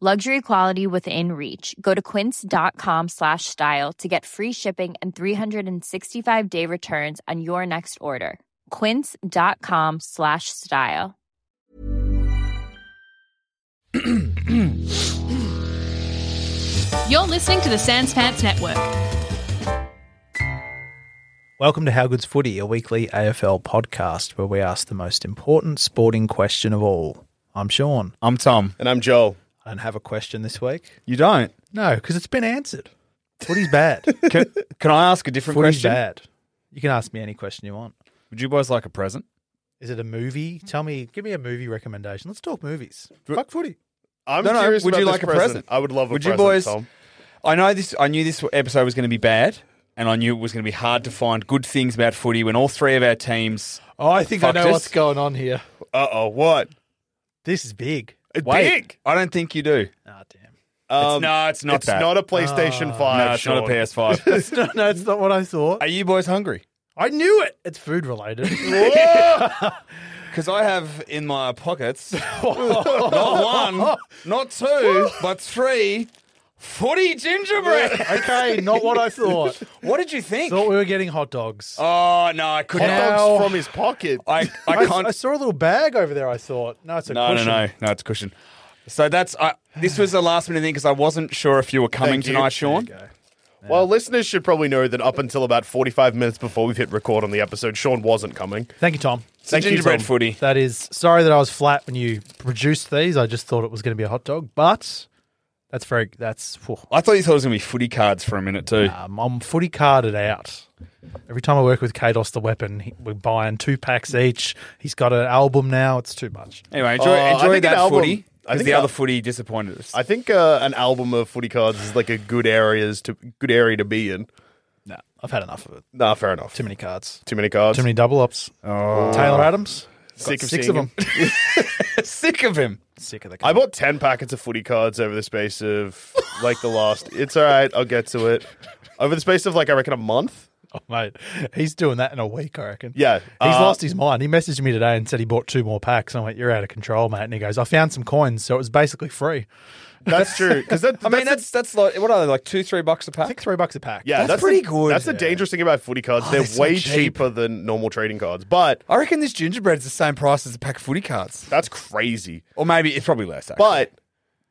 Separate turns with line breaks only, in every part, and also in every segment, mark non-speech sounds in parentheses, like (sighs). Luxury quality within reach. Go to quince.com slash style to get free shipping and 365 day returns on your next order. Quince.com slash style.
You're listening to the Sans Pants Network.
Welcome to How Good's Footy, a weekly AFL podcast where we ask the most important sporting question of all. I'm Sean.
I'm Tom.
And I'm Joel.
I don't have a question this week.
You don't.
No, because it's been answered. Footy's (laughs) bad. Footy's
(laughs) Can, can I ask a different question?
bad. You can ask me any question you want.
Would you boys like a present?
Is it a movie? Tell me, give me a movie recommendation. Let's talk movies. Fuck footy.
I'm
No, no,
curious
would
about
you
this
like a present?
I would love a
Would you
present.
boys-
Tom.
I know this. I knew this episode was going to be bad, and I knew it was going to be hard to find good things about footy when all three of our teams.
Oh, I think
I Fucked know us. what's
going on here.
Uh oh, what?
This is big.
It's
Wait,
big.
I don't think you do.
Ah, damn.
Um,
no, it's not
It's
that.
not a PlayStation Five.
no, it's
Sean.
not a
(laughs)
PS5.
no, no, it's not what I thought.
(laughs) Are you boys hungry?
I knew it. It's food related.
Because I have in my (laughs) pockets not one, not two, but three footy (laughs)
(laughs)
gingerbread.
okay, not what I thought.
What did you
(laughs)
think?
Thought we were getting hot dogs.
Oh no, I
Hot
couldn't.
Ow.
dogs from his pocket. (laughs)
I,
I,
I
s-
can't.
I saw a little bag over there. I thought, no, it's a
no,
cushion.
no, no, no. It's cushion. So that's I, this was a last minute thing because I wasn't sure if you were coming
Thank you.
tonight, Sean.
Well, listeners should probably know that up until about 45 minutes before we've hit record on the episode, Sean wasn't coming.
Thank you, Tom.
It's a
Thank you,
gingerbread
Tom.
footy.
That is sorry that I was flat when you produced these. I just thought it was going to be a hot dog, but that's very that's. whew.
I thought you thought it was gonna be footy cards for a minute too.
Um, I'm footy carded out. Every time I work with Kados the Weapon, he, we're buying two packs each. He's got an album now. It's too much.
Anyway, enjoy,
Uh, I
enjoy
think an
that
album-
footy
I
because
think
the
an
other
al-
footy disappointed us.
I think uh, an album of footy cards is like a good areas to good area to be in.
No, I've had enough of it.
Nah, fair enough.
Too many cards.
Too many cards.
Too many double ups. Taylor Adams.
Sick of
six
seeing
of them. (laughs)
Sick of him.
Sick of the.
I bought 10 packets of footy cards over the space of like the last. It's all right. I'll get to it. Over the space of like, I reckon a month.
Oh, mate, he's doing that in a week, I reckon.
Yeah.
He's
Uh,
lost his mind. He messaged me today and said he bought two more packs. And I went, You're out of control, mate. And he goes, I found some coins. So it was basically free.
That's true. Because that,
(laughs) I mean,
that's,
that's that's like what are they like two three bucks a
I think
pack?
three bucks a pack.
yeah,
that's
the-
pretty good.
That's the
Yeah.
dangerous thing about footy cards. they're
they're so
way
cheap.
cheaper than normal trading cards, but
I reckon this gingerbread's the same price as a pack of footy cards,
that's crazy.
or maybe it's probably less. Actually.
But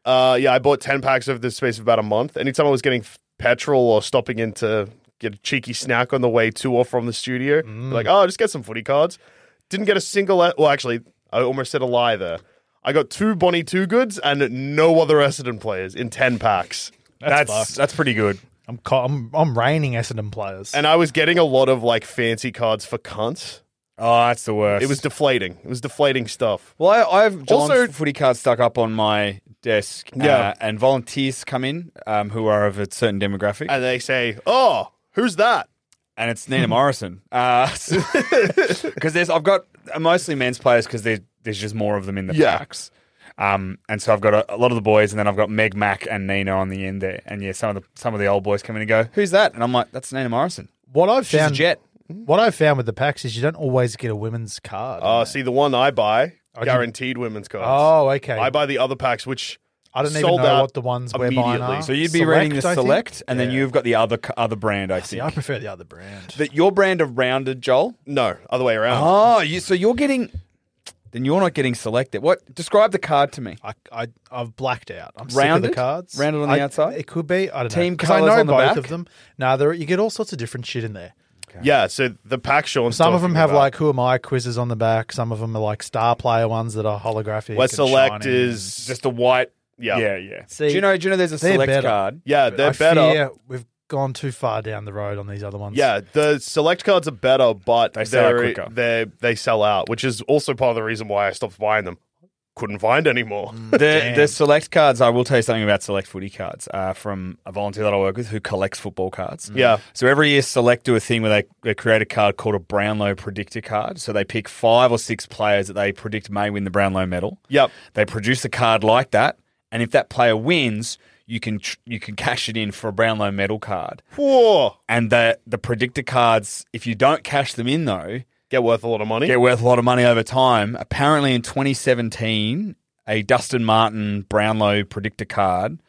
uh, yeah, I bought 10 packs over the space of about a month. Anytime I was getting f- petrol or stopping in to get a cheeky snack on the way to or from the studio, like,
Mm.
oh, just get some footy cards. Didn't get a single, e, well, actually, I almost said a lie there. I got two Bonnie Two Goods and no other Essendon players in 10 packs.
that's
fucked.
that's, pretty good.
I'm, ca- I'm, I'm raining Essendon players.
And uh, I was getting a lot of like fancy cards for cunts.
Oh, that's the worst.
It was deflating. It was deflating stuff.
Well, I, I have John's
Also-
footy cards stuck up on my desk. uh,
Yeah.
and volunteers come in um, who are of a certain demographic,
Uh,
and,
And they say, oh, who's that?
it's
(laughs)
Nina Morrison. Because (laughs) there's, I've got uh, mostly men's players because there's just more of them in the
Yeah.
packs. Um, and so I've got a, a lot of the boys, and then I've got Meg Mac and Nina on the end there. And yeah, some of the some of the old boys come in and go, "Who's that?" And I'm like, "That's Nina Morrison.
what I've
She's
found,
a jet."
What I've found with the packs is you don't always get a women's card.
Oh, see, the one I buy,
Oh, do you-
guaranteed women's cards.
oh, okay.
I buy the other packs, which
I don't even
sold
know
out
what the ones we're buying
immediately.
are.
So you'd be
Oh, Select,
reading the
I think?
select, and then
Yeah.
you've got the other c- other brand. I
See, I
think
prefer the other brand.
that your brand of rounded, Joel.
Uh-huh.
no, other way around.
Oh, you, so you're getting. then you're not getting selected. What? Describe the card to me.
I, I, I've blacked out. I'm sick of
Rounded?
the cards.
Rounded on the
I-
outside?
It could be. I don't know.
Team
'Cause I
colours
know
on the
both
back?
of them. No, there, you get all sorts of different shit in there.
Yeah, so the pack Sean.
Some of them have like "Who am I?" quizzes on the back. Some of them are like star player ones that are holographic.
West
and
Select
shiny.
is just
Just a white.
yeah,
Yeah, yeah.
See,
do you know? Do you know? There's a
they're
select
better. (laughs)
card.
yeah. They're
I
better.
fear we've gone too far down the road on these other ones.
Yeah, the select cards are better, but they
sell out
they're,
quicker.
They they sell out, which is also part of the reason why I stopped buying them. Couldn't find any more.
Mm.
The, the select cards. I will tell you something about select footy cards. Uh, from a volunteer that I work with who collects football cards.
Yeah.
So every year, select do a thing where they, they create a card called a Brownlow predictor card. So they pick five or six players that they predict may win the Brownlow medal.
(laughs) Yep.
They produce a card like that, and if that player wins, you can tr- you can cash it in for a Brownlow medal card.
Whoa.
And the the predictor cards, if you don't cash them in though,
Get worth a lot of money.
get worth a lot of money over time. Apparently, in 2017, a Dustin Martin Brownlow predictor card,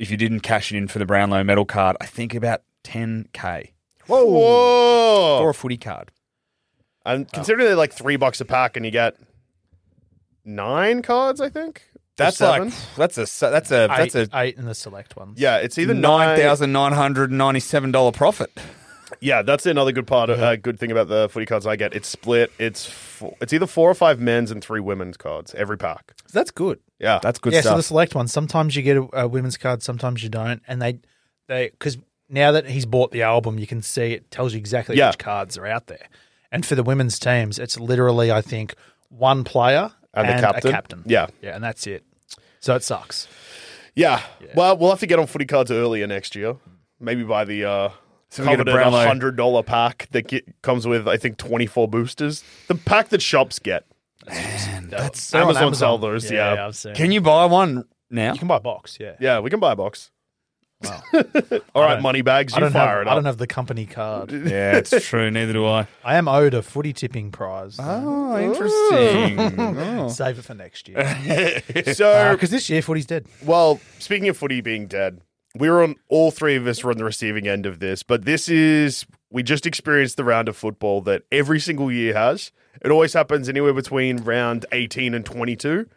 if you didn't cash it in for the Brownlow medal card, I think about 10k
Whoa.
or a footy card.
And considering they're like three bucks a pack, and you get nine cards, I think. Or
That's
seven?
like that's a s- that's a
eight,
that's a
eight in the select ones.
yeah, it's either
nine thousand nine hundred ninety seven dollar profit.
Yeah, that's another good part. Of, uh, good thing about the footy cards I get. It's split. It's four, it's either four or five men's and three women's cards every pack.
that's good.
Yeah,
That's good
yeah, so
stuff.
the select ones. Sometimes you get a, a women's card, sometimes you don't, and they they because now that he's bought the album, you can see it tells you exactly
Yeah.
which cards are out there. And for the women's teams, it's literally I think one player
And the captain.
a captain.
Yeah.
yeah, and that's it. So it sucks.
Yeah. Well, we'll have to get on footy cards earlier next year. Maybe by the uh,
we get a
coveted
Brownlow.
hundred dollar pack that get, comes with I think twenty four boosters. The pack that shops get.
That's
Amazon sell those, yeah.
I've seen.
Can you buy one now?
you can buy a box? Yeah,
Yeah, we can buy a box. (laughs) All right,
don't-
money bags.
I
You
don't
fire
have
it
I
up.
don't have the company card. (laughs)
Yeah, it's true. Neither do I.
I am owed a footy tipping prize. so
Oh, interesting.
Save it for next
(laughs)
year
So,
Uh,
because this year footy's dead.
well, speaking of footy being dead, we were on all three of us were on the receiving end of this, but this is we just experienced the round of football that every single year has. It always happens anywhere between round eighteen and twenty two,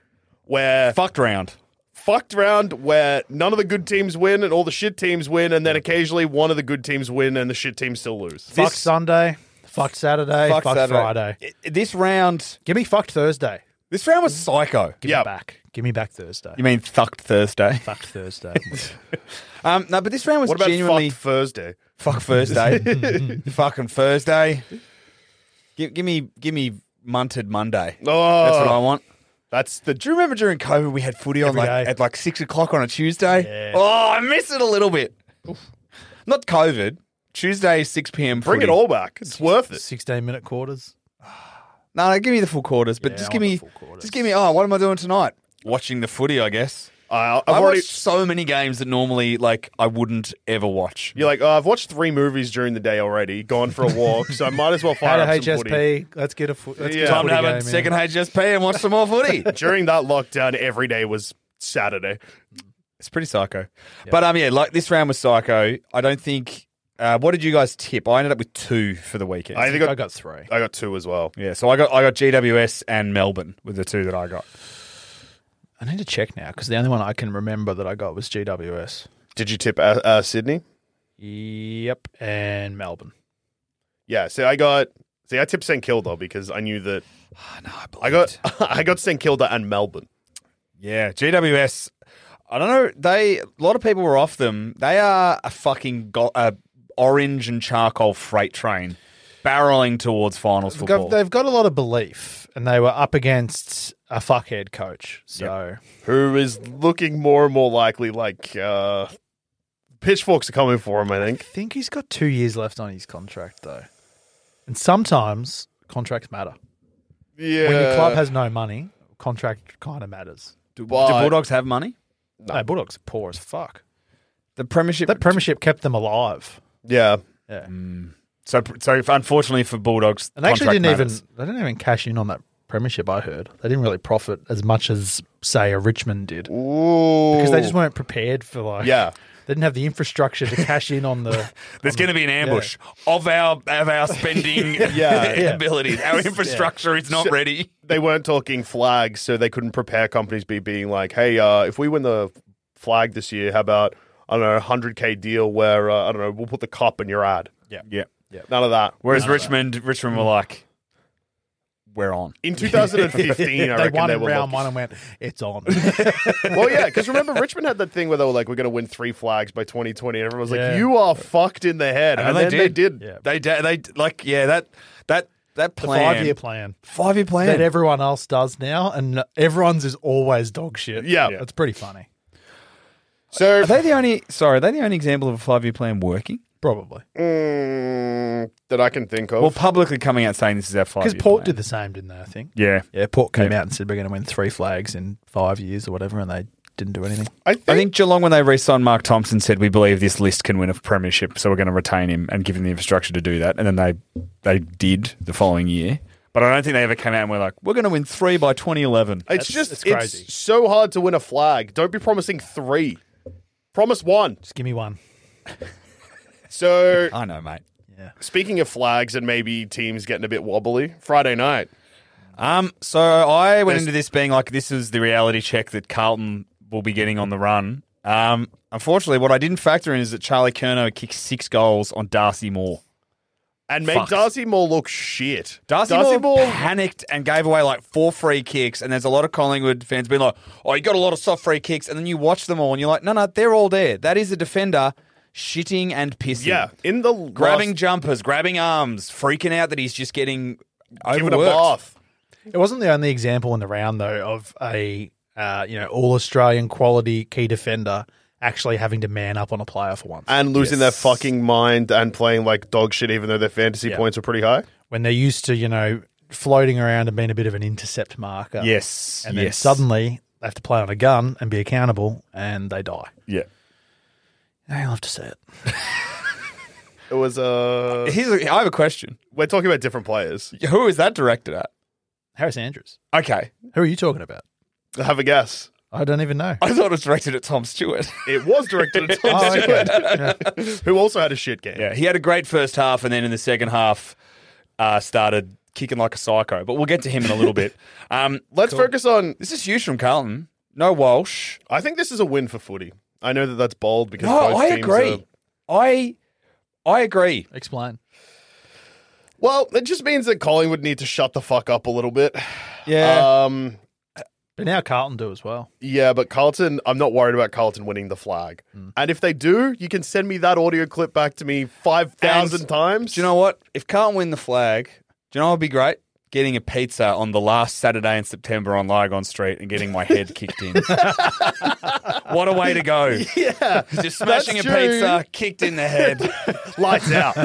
(laughs)
where
Fucked round.
fucked round where none of the good teams win and all the shit teams win, and then occasionally one of the good teams win and the shit teams still lose.
Fuck Sunday. Fuck Saturday. Fuck,
Saturday.
Friday.
I- This round,
Give me fucked Thursday.
this round was psycho.
Give
Yeah.
me back. Give me back Thursday.
You mean fucked Thursday?
(laughs) fucked Thursday.
Um, no, but this round was
What about
genuinely
fucked Thursday?
fuck, (laughs) Thursday, fucking Thursday. Give, give me, give me munted Monday.
Oh.
That's what I want.
That's the
Do you remember during COVID we had footy on
Every
like
day.
at like six o'clock on a Tuesday? Oh, I miss it a little bit. Not COVID. Tuesday six p.m.
bring it
footy.
all back. It's worth it.
16 minute quarters.
No, no, give me the full quarters, but
Yeah,
just
I
give
want
me,
the full quarters.
just give me. Oh, what am I doing tonight? Watching the footy, I guess.
I
i
I've already.
watched so many games that normally like I wouldn't ever watch.
You're like, oh, I've watched three movies during the day already. Gone for a walk, so I
(laughs)
might as well
Out
fire
of
up some footy.
HSP. Let's get a foot. Let's
Yeah.
get a
Time
footy
to have
game,
a
in.
second HSP and watch some more footy.
During that lockdown, every day was Saturday.
(laughs) It's pretty psycho. But um, yeah, like this round was psycho. I don't think. Uh, what did you guys tip? I ended up with two for the weekend.
I think
I
I got,
got three.
I got two as well.
yeah, so I got I got GWS and Melbourne with the two that I got.
I need to check now because the only one I can remember that I got was GWS.
Did you tip uh, uh, Sydney?
Yep. And Melbourne.
Yeah. So I got. See, I tipped St Kilda because I knew that
No, (sighs) I,
I got. (laughs) I got St Kilda and Melbourne.
Yeah, GWS. I don't know. They a lot of people were off them. They are a fucking go- uh, orange and charcoal freight train barreling towards finals
They've got-
football.
they've got a lot of belief and they were up against a fuckhead coach. So
who is looking more and more likely like uh pitchforks are coming for him i
I
think
think he's got two years left on his contract though. And sometimes contracts matter.
yeah
When your club has no money, contract kind of matters.
do, do
but-
Bulldogs have money?
No. Bulldogs are poor as fuck.
The Premiership.
That premiership kept them alive.
yeah
Yeah,
so, so unfortunately for Bulldogs,
and they actually
contract
didn't
matters.
even they didn't even cash in on that premiership. I heard they didn't really profit as much as say a Richmond did
Ooh.
because they just weren't prepared for like They're
Yeah.
They didn't have the infrastructure to cash in on the.
There's going to be an ambush of our of our spending
Yeah.
(laughs) abilities. Our infrastructure is not ready.
They weren't talking flags, so they couldn't prepare companies be being like, hey, uh, if we win the flag this year, how about, I don't know, a 100K deal where, uh, I don't know, we'll put the cop in your ad.
Yeah.
None of that.
Whereas Richmond, Richmond were like, we're on.
(laughs)
In 2015, I
they
reckon
won
they
in
were
round
looking-
one and went, it's on.
(laughs) Well, yeah, because remember Richmond had that thing where they were like, "We're going to win three flags by 2020," and everyone was
Yeah.
like, "You are fucked in the head," and,
And
then they did.
Yeah.
They did. They like yeah that that that
the
plan
five year plan
five year plan.
that everyone else does now, and everyone's is always dog shit.
Yeah. Yeah.
That's pretty funny.
So
are they the only? Sorry, are they the only example of a five year plan working?
Probably.
mm, that I can think of.
Well, publicly coming out saying this is our five.
Because Port did the same, didn't they? I think.
Yeah.
Yeah, Port came
Yeah.
out and said we're going to win three flags in five years or whatever, and they didn't do anything.
I think,
I think Geelong, when they re-signed Mark Thompson, said we believe this list can win a premiership, so we're going to retain him and give him the infrastructure to do that. And then they they did the following year, but I don't think they ever came out and were like, we're going to win three by 2011.
it's just
that's
it's,
crazy.
so hard to win a flag. Don't be promising three. Promise one.
Just give me one.
So
I know, mate.
speaking of flags and maybe teams getting a bit wobbly, Friday night.
Um, so I went
There's-
into this being like, this is the reality check that Carlton will be getting on the run. Um, unfortunately, what I didn't factor in is that Charlie Kerno kicked six goals on Darcy Moore.
And make
Fucked.
Darcy Moore look shit.
Darcy, Moore, panicked and gave away like four free kicks, and there's a lot of Collingwood fans being like, "Oh, you got a lot of soft free kicks," and then you watch them all, and you're like, "No, no, they're all there. That is a defender shitting and pissing,
yeah, in the
grabbing
last,
jumpers, grabbing arms, freaking out that he's just getting
give it a
overworked."
bath.
It wasn't the only example in the round though of a uh, you know all Australian quality key defender actually having to man up on a player for once
and losing their fucking mind and playing like dog shit, even though their fantasy points were pretty high.
when they're used to you know floating around and being a bit of an intercept marker.
Yes,
and then
yes.
suddenly they have to play on a gun and be accountable, and they die.
yeah.
I'll have to say it.
It was uh
Here's a, I have a question.
we're talking about different players.
Who is that directed at?
Harris Andrews.
Okay,
Who are you talking about?
Have a guess.
I don't even know.
(laughs) I thought it was directed at Tom Stewart. (laughs)
It was directed at Tom
Oh, okay.
Stewart, who also had a shit game.
yeah, he had a great first half, and then in the second half, uh, started kicking like a psycho. But we'll get to him in a little (laughs) bit. Um,
Let's focus on.
This is huge from Carlton. No Walsh.
I think this is a win for footy. I know that that's bold because
No,
both
I
teams are-
agree. I I agree.
Explain.
well, it just means that Collingwould need to shut the fuck up a little bit.
Eh.
Um,
But now Carlton do as well.
yeah, but Carlton, I'm not worried about Carlton winning the flag.
Hmm.
And if they do, you can send me that audio clip back to me five thousand
And-
times.
do you know what? If Carlton win the flag, do you know what would be great? Getting a pizza on the last Saturday in September on Lygon Street and getting my head kicked
(laughs)
in. what a way to go.
Yeah,
Just smashing a
That's true.
pizza, kicked in the
(laughs)
head.
lights out.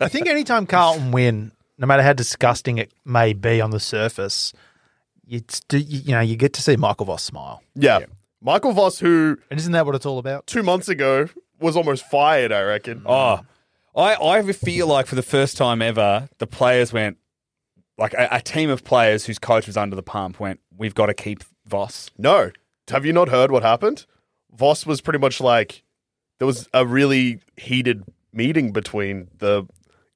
I think anytime Carlton win, no matter how disgusting it may be on the surface, you do, you, you know you get to see Michael Voss smile,
Yeah. Michael Voss, who
and isn't that what it's all about?
two months ago was almost fired, I reckon.
Oh, I, I feel like for the first time ever, the players went, like a, a team of players whose coach was under the pump went, we've got to keep Voss.
No. Have you not heard what happened? Voss was pretty much like there was a really heated meeting between the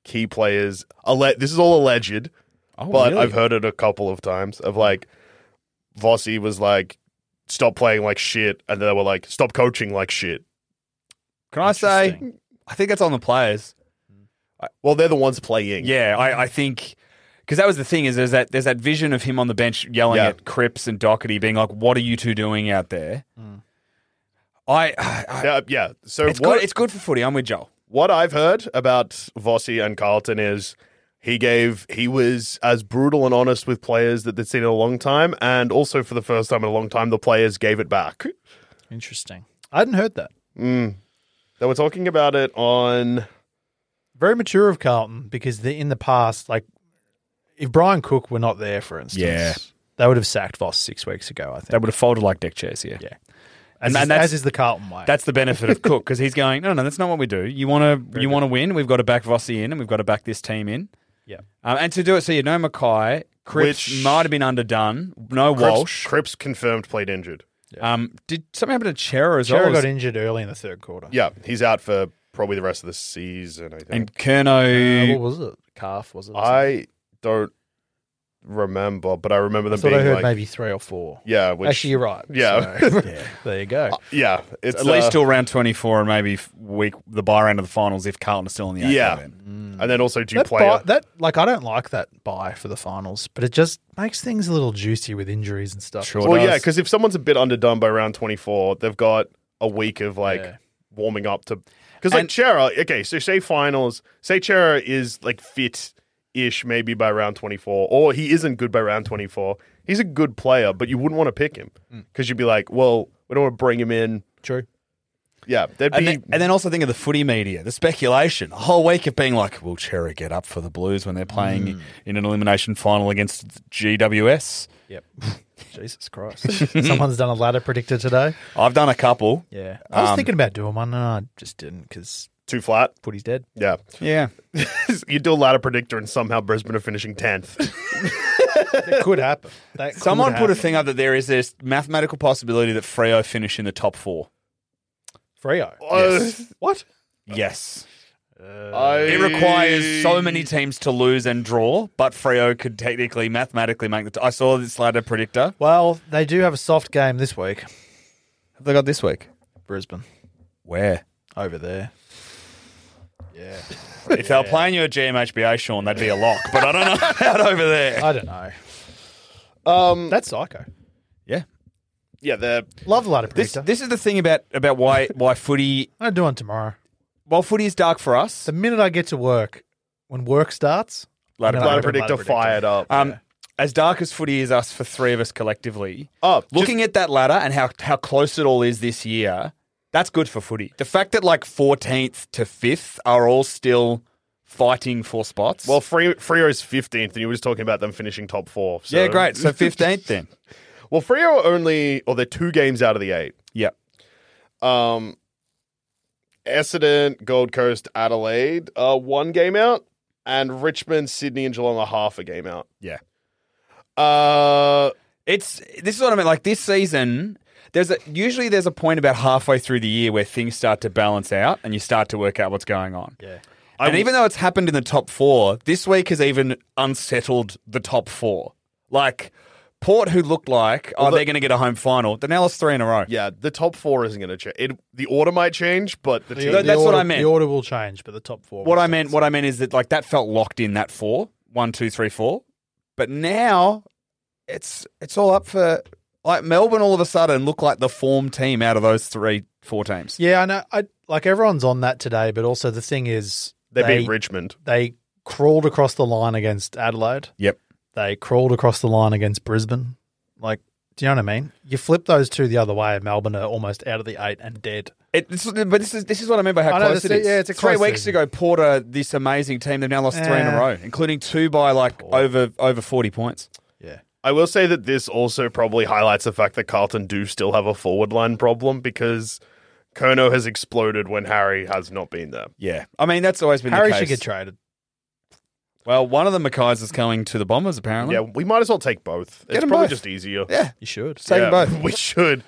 key players. Alle- this is all alleged, but
Oh, really?
I've heard it a couple of times of like Vossi was like, stop playing like shit. And they were like, stop coaching like shit.
Can I say, I think that's on the players.
Well, they're the ones playing.
Yeah, I, I think because that was the thing is there's that there's that vision of him on the bench yelling
Yeah.
at Cripps and Doherty, being like, "What are you two doing out there?" I, I
Yeah. uh, yeah. So
it's
what,
good. It's good for footy. I'm with Joel.
what I've heard about Vossi and Carlton is he gave he was as brutal and honest with players that they'd seen in a long time, and also for the first time in a long time, the players gave it back.
Interesting. I hadn't heard that.
They were talking about it on
Very mature of Carlton because the, in the past, like if Brian Cook were not there, for instance,
Yeah.
they would have sacked Voss six weeks ago. I think,
They would have folded like deck chairs here.
Yeah.
and-
as,
and
is,
that's-
as is the Carlton way.
That's the benefit of Cook because he's going. No, no, that's not what we do. You want to, you want to win. We've got to back Vossi in, and we've got to back this team in,
yeah.
um, and to do it. So you know, Mackay, Cripps
Which-
might have been underdone. No
Cripps,
Walsh.
Cripps confirmed played injured.
Um, did something happen to Chera as
Chera
well?
got injured early in the third quarter.
Yeah, he's out for probably the rest of the season. I think.
and Kerno.
Uh, what was it? Calf was it?
I don't remember, but I remember
I
them
thought
being
I heard
like,
maybe three or four.
yeah, which,
Actually, you're right.
yeah.
So, (laughs) there you go.
(laughs) yeah, it's
at least
uh,
till round 24 and maybe f- week the buy round of the finals if Carlton are still in the eight.
Yeah.
then.
and then also do you
Mm. That,
play
buy,
it?
that like I don't like that buy for the finals, but it just makes things a little juicy with injuries and stuff.
Sure.
Well,
does.
yeah, because if someone's a bit underdone by round 24, they've got a week of like
Yeah.
warming up to. Because like
And-
Chera, okay, so say finals, say Chera is like fit ish maybe by round 24, or he isn't good by round 24. He's a good player, but you wouldn't want to pick him
Mm.
because you'd be like, well, we don't want to bring him in.
True.
Yeah, that'd
And
be.
then, and then also think of the footy media, the speculation, a whole week of being like, will Chera get up for the Blues when they're playing in an elimination final against GWS? (laughs)
Yep. Jesus Christ. (laughs) Someone's done a ladder predictor today.
I've done a couple.
Yeah. I was
Um,
thinking about doing one and I just didn't because
too flat.
footy's dead.
Yeah. (laughs)
Yeah.
you do a ladder predictor and somehow Brisbane are finishing 10th.
That could happen. That could
Someone put a
happen.
thing up that there is this mathematical possibility that Freo finish in the top four.
Freo.
Yes.
What?
Yes.
I-
It requires so many teams to lose and draw, but Freo could technically, mathematically make the. T- I saw this ladder predictor.
Well, they do have a soft game this week.
Have they got this week?
Brisbane
Where?
over there.
If they were playing you at GMHBA, Sean, that'd be a lock. But I don't know (laughs) about over there.
I don't know.
Um,
That's psycho.
Yeah.
(laughs) yeah, the
Love the ladder
This
predictor.
this is the thing about about why why footy
I'm going to do one tomorrow.
while footy is dark for us.
The minute I get to work, when work starts,
Ladder
I'm gonna
ladder
open
predictor fired up.
Um, as dark as footy is us for three of us collectively.
Oh, just-
looking at that ladder and how how close it all is this year, that's good for footy. The fact that like 14th to 5th are all still fighting for spots.
Well, Free, Freo is 15th, and you were just talking about them finishing top four. So.
yeah, great.
(laughs)
So 15th then.
Well, Freo are only, or they're two games out of the eight.
Yeah.
Um, Essendon, Gold Coast, Adelaide are one game out, and Richmond, Sydney, and Geelong are half a game out.
Yeah.
Uh,
It's this is what I mean. Like this season, there's a, usually there's a point about halfway through the year where things start to balance out and you start to work out what's going on.
yeah.
and even though it's happened in the top four, this week has even unsettled the top four. Like Port, who looked like oh
the-
they're going to get a home final, they now lost three in a row.
yeah, the top four isn't going to change. It, the order might change, but the team.
No, that's what
order,
I meant.
The order will change, but the top four.
What
will
I
stay
meant,
the
what I meant is that like that felt locked in that four, one, two, three, four. But now it's it's all up for like Melbourne. All of a sudden, look like the form team out of those three four teams.
same. Yeah, I know. I like everyone's on that today, but also the thing is,
They
they
beat Richmond.
they crawled across the line against Adelaide.
Yep.
They crawled across the line against Brisbane. Like, do you know what I mean? You flip those two the other way, Melbourne are almost out of the eight and dead.
It, this, but this is this is what I mean by how
I know,
close it
this-
is.
yeah, it's a
Three
close
weeks
season.
ago, Porter, this amazing team, they've now lost three in a
Eh.
row, including two by like
Oh.
over over forty points.
Yeah.
I will say that this also probably highlights the fact that Carlton do still have a forward line problem because Kerno has exploded when Harry has not been there.
Yeah, I mean that's always been
Harry
the
should
case.
get traded.
well, one of the Mackays is going to the Bombers apparently.
Yeah, we might as well take both.
Get
it's
'em
probably
both.
just easier.
yeah,
You should.
take 'em
Yeah,
both.
(laughs) We should.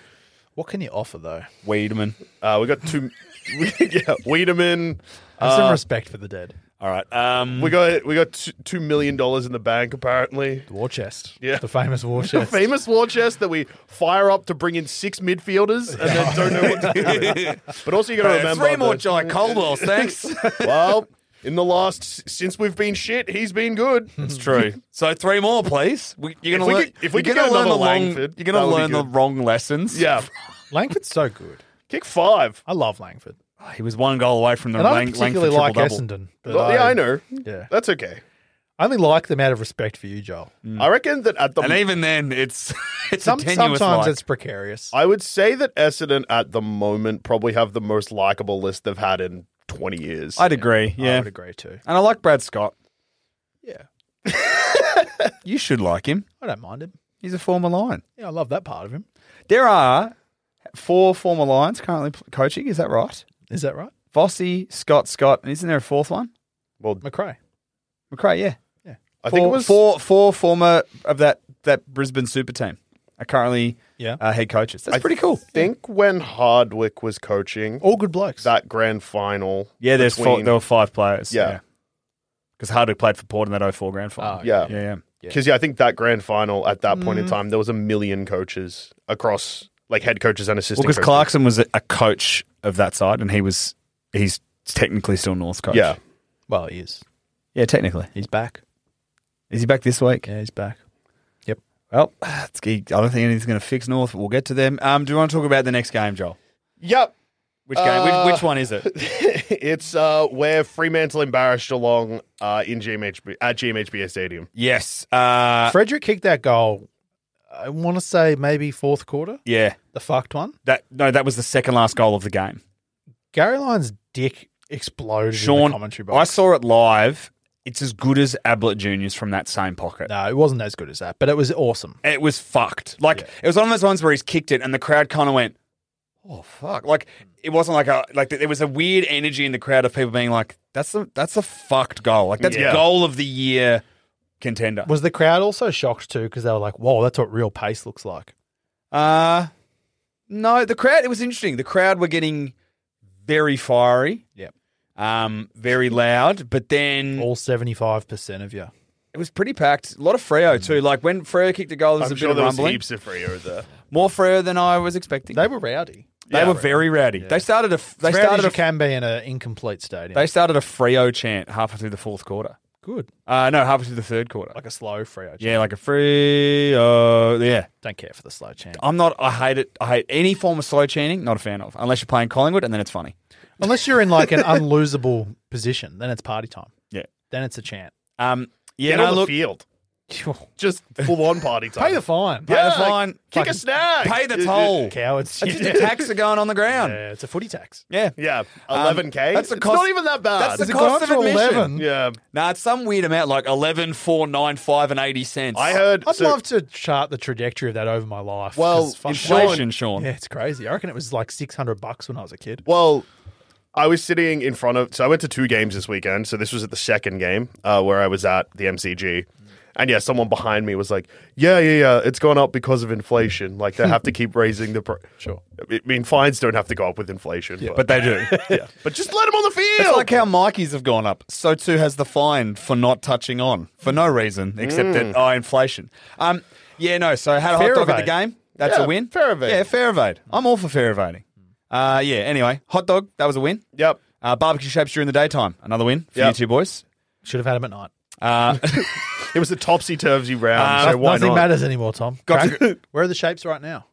What can you offer though?
(laughs)
Weedman.
Uh, we got two. we- yeah, Wiedemann.
Have
Uh,
some respect for the dead.
All right. Um,
We got we got two, two million dollars in the bank apparently.
The war chest.
Yeah.
The famous
(laughs)
war
The
chest.
famous war chest that we fire up to bring in six midfielders and then don't know what to do.
(laughs)
with. But also you got to remember
three more
that-
Jai Caldwell's.
(laughs)
Thanks.
well, in the last since we've been shit, he's been good.
it's true. So three more, please. We, you're
If
gonna
we
learn.
could- if we
you're
could
gonna
get
learn the
another
wrong.
Langford,
you're gonna
that would be
learn the
good.
wrong lessons.
Yeah,
Langford's so good.
kick five.
I love Langford.
he was one goal away from the
And I
Uh, Lang-
don't particularly
Langford
like
triple double.
Essendon. But
Well, yeah, I know.
Yeah.
That's okay.
I only like them out of respect for you, Joel.
I reckon that at the
Mm. And even then, it's (laughs) it's
Some,
a tenuous
sometimes
like.
it's precarious.
I would say that Essendon at the moment probably have the most likable list they've had in 20 years.
I'd agree.
I
Yeah,
would agree too.
and I like Brad Scott.
Yeah.
You should like him.
I don't mind him.
He's a former Lion.
Yeah, I love that part of him.
There are four former Lions currently p- coaching. Is that right?
Is that right?
Vossi, Scott, Scott, and isn't there a fourth one?
well,
McRae.
McRae, yeah.
I
four,
think it was
four, four former of that that Brisbane Super team are currently
Yeah.
uh, head coaches. That's pretty cool.
think when Hardwick was coaching
All good blokes.
that grand final.
Yeah, there's four,
between-
there were five players.
Yeah.
Because Hardwick played for Port in that 04 grand final.
Oh,
yeah.
Yeah, yeah.
Because yeah, I think that grand final at that
Mm.
point in time, there was a million coaches across, like head coaches and assistant.
Well, because
coaches.
Clarkson was a, a coach of that side, and he was he's technically still North coach.
Yeah,
well, he is.
yeah, technically.
He's back.
Is he back this week?
Yeah, he's back.
Well, (sighs) it's, I don't think anything's going to fix North, but we'll get to them. Um, do you want to talk about the next game, Joel?
yep.
Which game?
Uh,
which, which one is it?
(laughs) it's uh, where Fremantle embarrassed Geelong uh, in GMHB at GMHBS Stadium.
yes. Uh,
Frederick kicked that goal. I want to say maybe fourth quarter,
yeah.
the fucked one.
That no, that was the second last goal of the game.
Gary Lyon's dick exploded in the
Sean,
commentary
I
box.
saw it live. It's as good as Ablett Juniors from that same pocket.
No, it wasn't as good as that, but it was awesome.
It was fucked. Like it was one of those ones where he's kicked it, and the crowd kind of went, "Oh fuck!" Like it wasn't like a like there was a weird energy in the crowd of people being like, "That's a that's a fucked goal. Like that's
Yeah.
goal of the year contender."
Was the crowd also shocked too because they were like, "Whoa, that's what real pace looks like."
Uh no, the crowd. It was interesting. The crowd were getting very fiery.
Yep.
Um, very loud, but then
All seventy-five percent of you.
it was pretty packed. A lot of Freo too. Like when Freo kicked a goal, there was
Mm-hmm. I'm
a
sure
bit
there
of
was
rumbling.
heaps of Freo there.
More Freo than I was expecting.
They were rowdy.
They
Yeah.
were very rowdy. They started a they
As rowdy
started
as you
a
can be in an incomplete stadium.
they started a Freo chant halfway through the fourth quarter.
good,
Uh, no, halfway through the third quarter.
like a slow Freo. chant.
yeah, like a Freo. Yeah,
Don't care for the slow
(laughs)
chant
I'm not. I hate it. I hate any form of slow chanting. Not a fan of, unless you're playing Collingwood, and then it's funny.
unless you're in like an unlosable position. Then it's party time.
Yeah.
Then it's a chant.
Um. Yeah.
Get
no,
on the
look.
field,
Pay
just full on party time.
the fine.
(laughs) Pay the fine.
Kick
Fucking
a snag.
Pay the
Yeah,
toll.
Cowards.
It's just the tax are going on the ground.
Yeah, it's a footy tax.
Yeah.
(laughs) Yeah,
Um,
11k.
that's the
it's
cost-
not even that bad.
that's the
Is it-
cost of admission.
yeah,
Nah, it's some weird amount like 11, 4, 9, 5, and 80 cents.
I heard.
I'd
so-
love to chart the trajectory of that over my life.
Well,
'cause fuck that.
Inflation, Sean.
yeah, it's crazy. I reckon it was like six hundred bucks when I was a kid.
Well, I was sitting in front of. So I went to two games this weekend. So this was at the second game uh, where I was at the MCG. And yeah, someone behind me was like, "Yeah, yeah, yeah, it's gone up because of inflation. Like they have to keep raising the." Pr-.
Sure.
I mean, fines don't have to go up with inflation,
But
but,
they do.
(laughs) yeah. but just let them on the
It's
field.
like how Mikey's have gone up. So too has the fine for not touching on for no reason except that oh inflation. Um, yeah, no. So had a hot
Fair
dog at the
evade.
game. That's
Yeah,
a win.
fair evade.
Yeah, fair evade. I'm all for fair evading. Uh, yeah. Anyway, hot dog. That was a win.
yep.
Uh, barbecue shapes during the daytime. Another win for
Yep.
you two boys.
Should have had him at night.
Uh, (laughs)
It was a topsy turvy round. so why
Ah, Nothing
not?
matters anymore, Tom.
Got
Craig,
to-
(laughs) where are the shapes right now?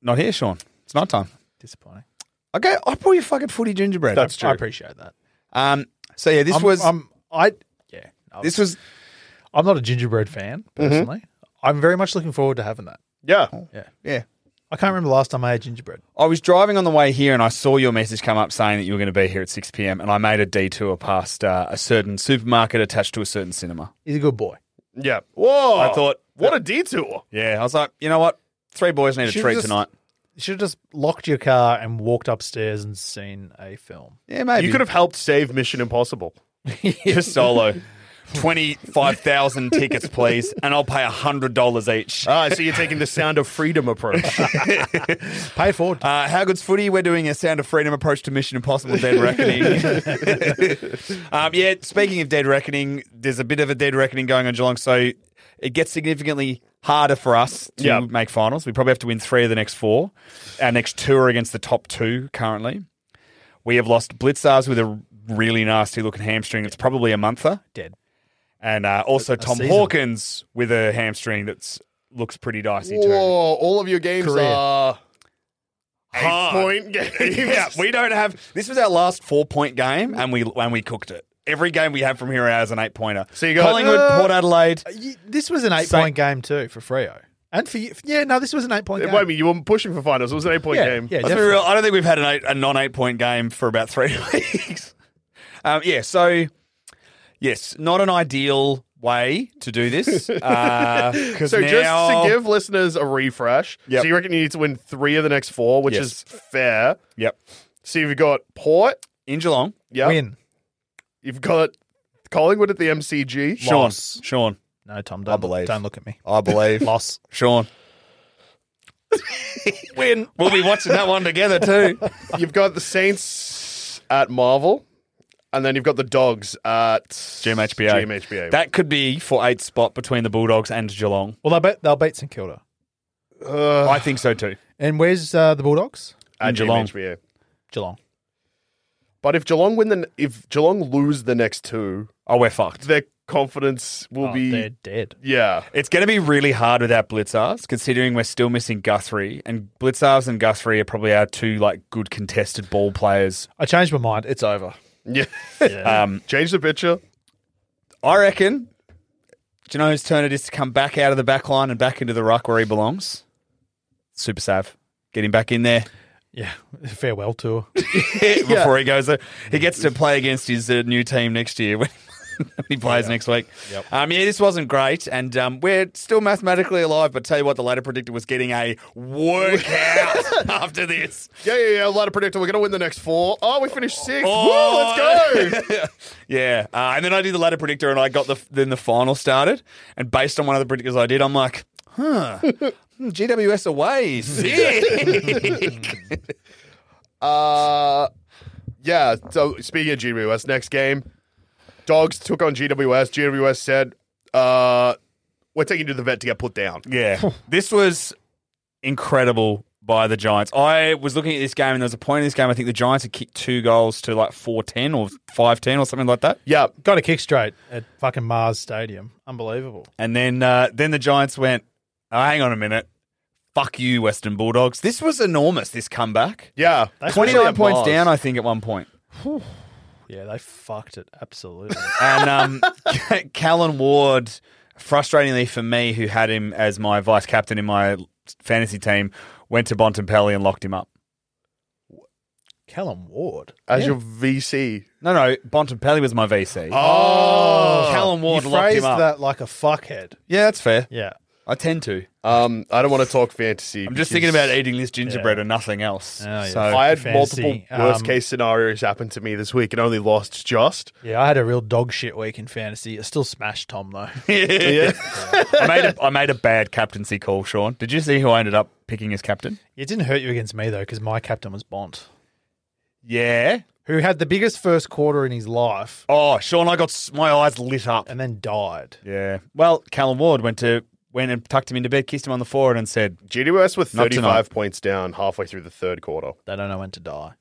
not here, Sean. It's night time.
Disappointing.
Okay, I bought you fucking footy gingerbread.
That's true.
I appreciate that.
Um. So yeah, this
I'm-
was
I'm, I. Yeah. I'm-
this was
I'm not a gingerbread fan personally. I'm very much looking forward to having that.
Yeah.
yeah.
I can't remember the last time I had gingerbread.
I was driving on the way here and I saw your message come up saying that you were going to be here at six pm, and I made a detour past uh, a certain supermarket attached to a certain cinema.
He's a good boy.
Yeah. Whoa.
I thought-
what a detour.
Yeah, I was like, you know what, three boys need a
Should've
treat
just-
tonight.
You should have just locked your car and walked upstairs and seen a film.
Yeah, maybe
You could have helped save Mission Impossible.
just solo. (laughs) Twenty five thousand tickets, please, and I'll pay hundred dollars each.
Ah, so you're taking the sound of freedom approach.
Pay forward.
Uh, How Good's Footy, we're doing a Sound of Freedom approach to Mission Impossible Dead Reckoning. um, yeah, speaking of Dead Reckoning, there's a bit of a Dead Reckoning going on Geelong, so it gets significantly harder for us to
Yeah.
make finals. We probably have to win three of the next four. Our next two are against the top two currently. We have lost Blitzars with a really nasty looking hamstring. It's probably a monther.
Dead.
And uh, also Tom
season.
Hawkins with a hamstring that's looks pretty dicey too.
Whoa, Oh, all of your games
Career.
are eight
Hard.
(laughs) point games.
(laughs) yeah, we don't have. This was our last four point game, and we and we cooked it. Every game we have from here out is an eight pointer.
So you got-
Collingwood,
Uh,
Port Adelaide.
You- this was an eight
Sa-
point game too for Freo. And for you, yeah, no, this was an eight point
It
game.
won't be. You were pushing for finals. It was an eight point
Yeah,
game.
yeah.
Let's be real. I don't think we've had an eight, a non eight point game for about three (laughs) weeks. Um, yeah. So yes, not an ideal way to do
(laughs)
this. Uh,
So
now-
just to give listeners a refresh,
Yep.
so you reckon you need to win three of the next four, which
Yes.
is fair.
yep
So you've got Port,
in Geelong,
yeah,
Win.
you've got Collingwood at the MCG.
Sean,
Loss.
Sean,
No, Tom, don't, (laughs)
believe.
don't look at me.
(laughs)
I believe
Loss.
Sean, Win. We'll be watching that one together too.
(laughs) (laughs) You've got the Saints at Marvel, and then you've got the Dogs at
GMHBA.
GMHBA.
That could be for eighth spot between the Bulldogs and Geelong.
Well, they'll, be- they'll beat St Kilda.
uh,
I think so too.
And where's uh, the Bulldogs?
in
at
Geelong.
GMHBA.
Geelong.
But if Geelong win the if Geelong lose the next two,
Oh, we're fucked.
their confidence will
Oh,
be
they're dead.
yeah.
It's going to be really hard without Blitzars, considering we're still missing Guthrie, and Blitzars and Guthrie are probably our two like good contested ball players.
I changed my mind. It's over.
Yeah. (laughs)
Um,
Change the picture.
I reckon. Do you know whose turn it is to come back out of the back line and back into the ruck where he belongs? Super Sav. Get him back in there.
Yeah. (laughs) Farewell tour.
(laughs)
before he goes. He gets to play against his uh, new team next year (laughs) when he plays next week. Um, yeah, this wasn't great, and um, we're still mathematically alive. But tell you what, the later predictor was getting a
(laughs)
workout after this.
Yeah, yeah, yeah. A lot of predictor. We're gonna win the next four. Oh, we finished sixth.
Oh.
Woo, let's go.
(laughs) yeah, uh, and then I did the later predictor, and I got the then the final started, and based on one of the predictors I did, I'm like, huh. hmm, GWS away,
(laughs)
sick. (laughs)
Uh, yeah. So speaking of GWS, next game, dogs took on GWS. GWS said, uh, "We're taking you to the vet to get put down."
Yeah. this was incredible by the Giants. I was looking at this game and there was a point in this game I think the Giants had kicked two goals to like 4-10 or 5-10 or something like that.
Yeah,
Got a kick straight at fucking Mars Stadium. Unbelievable.
And then uh, then the Giants went, oh, hang on a minute. Fuck you, Western Bulldogs. This was enormous, this comeback.
yeah.
29 points
Mars.
down, I think, at one point.
Yeah, they fucked it. Absolutely.
And um, (laughs) Callan Ward, frustratingly for me, who had him as my vice captain in my fantasy team, went to Bontempelli and locked him up.
(laughs) Callum Ward.
As your VC.
No, no, Bontempelli was my VC.
Oh.
Callum Ward
you
locked
phrased
him up.
that like a fuckhead.
Yeah, that's fair.
Yeah.
I tend to.
Um, I don't want to talk fantasy.
I'm just
because
thinking about eating this gingerbread and nothing else.
Oh, yeah.
So (laughs)
I had
Fantasy,
multiple worst
um,
case scenarios happen to me this week, and only lost just.
Yeah, I had a real dog shit week in fantasy. I still smashed Tom (laughs) though.
I made a, I made a bad captaincy call, Sean. Did you see who I ended up picking as captain?
it didn't hurt you against me though, because my captain was Bont,
Yeah.
who had the biggest first quarter in his life
Oh, Sean, I got s- my eyes lit up.
and then died.
Yeah. Well, Callum Ward went to went and tucked him into bed, kissed him on the forehead, and said,
GWS with
Not
35
tonight.
points down halfway through the third quarter.
They don't know when to die.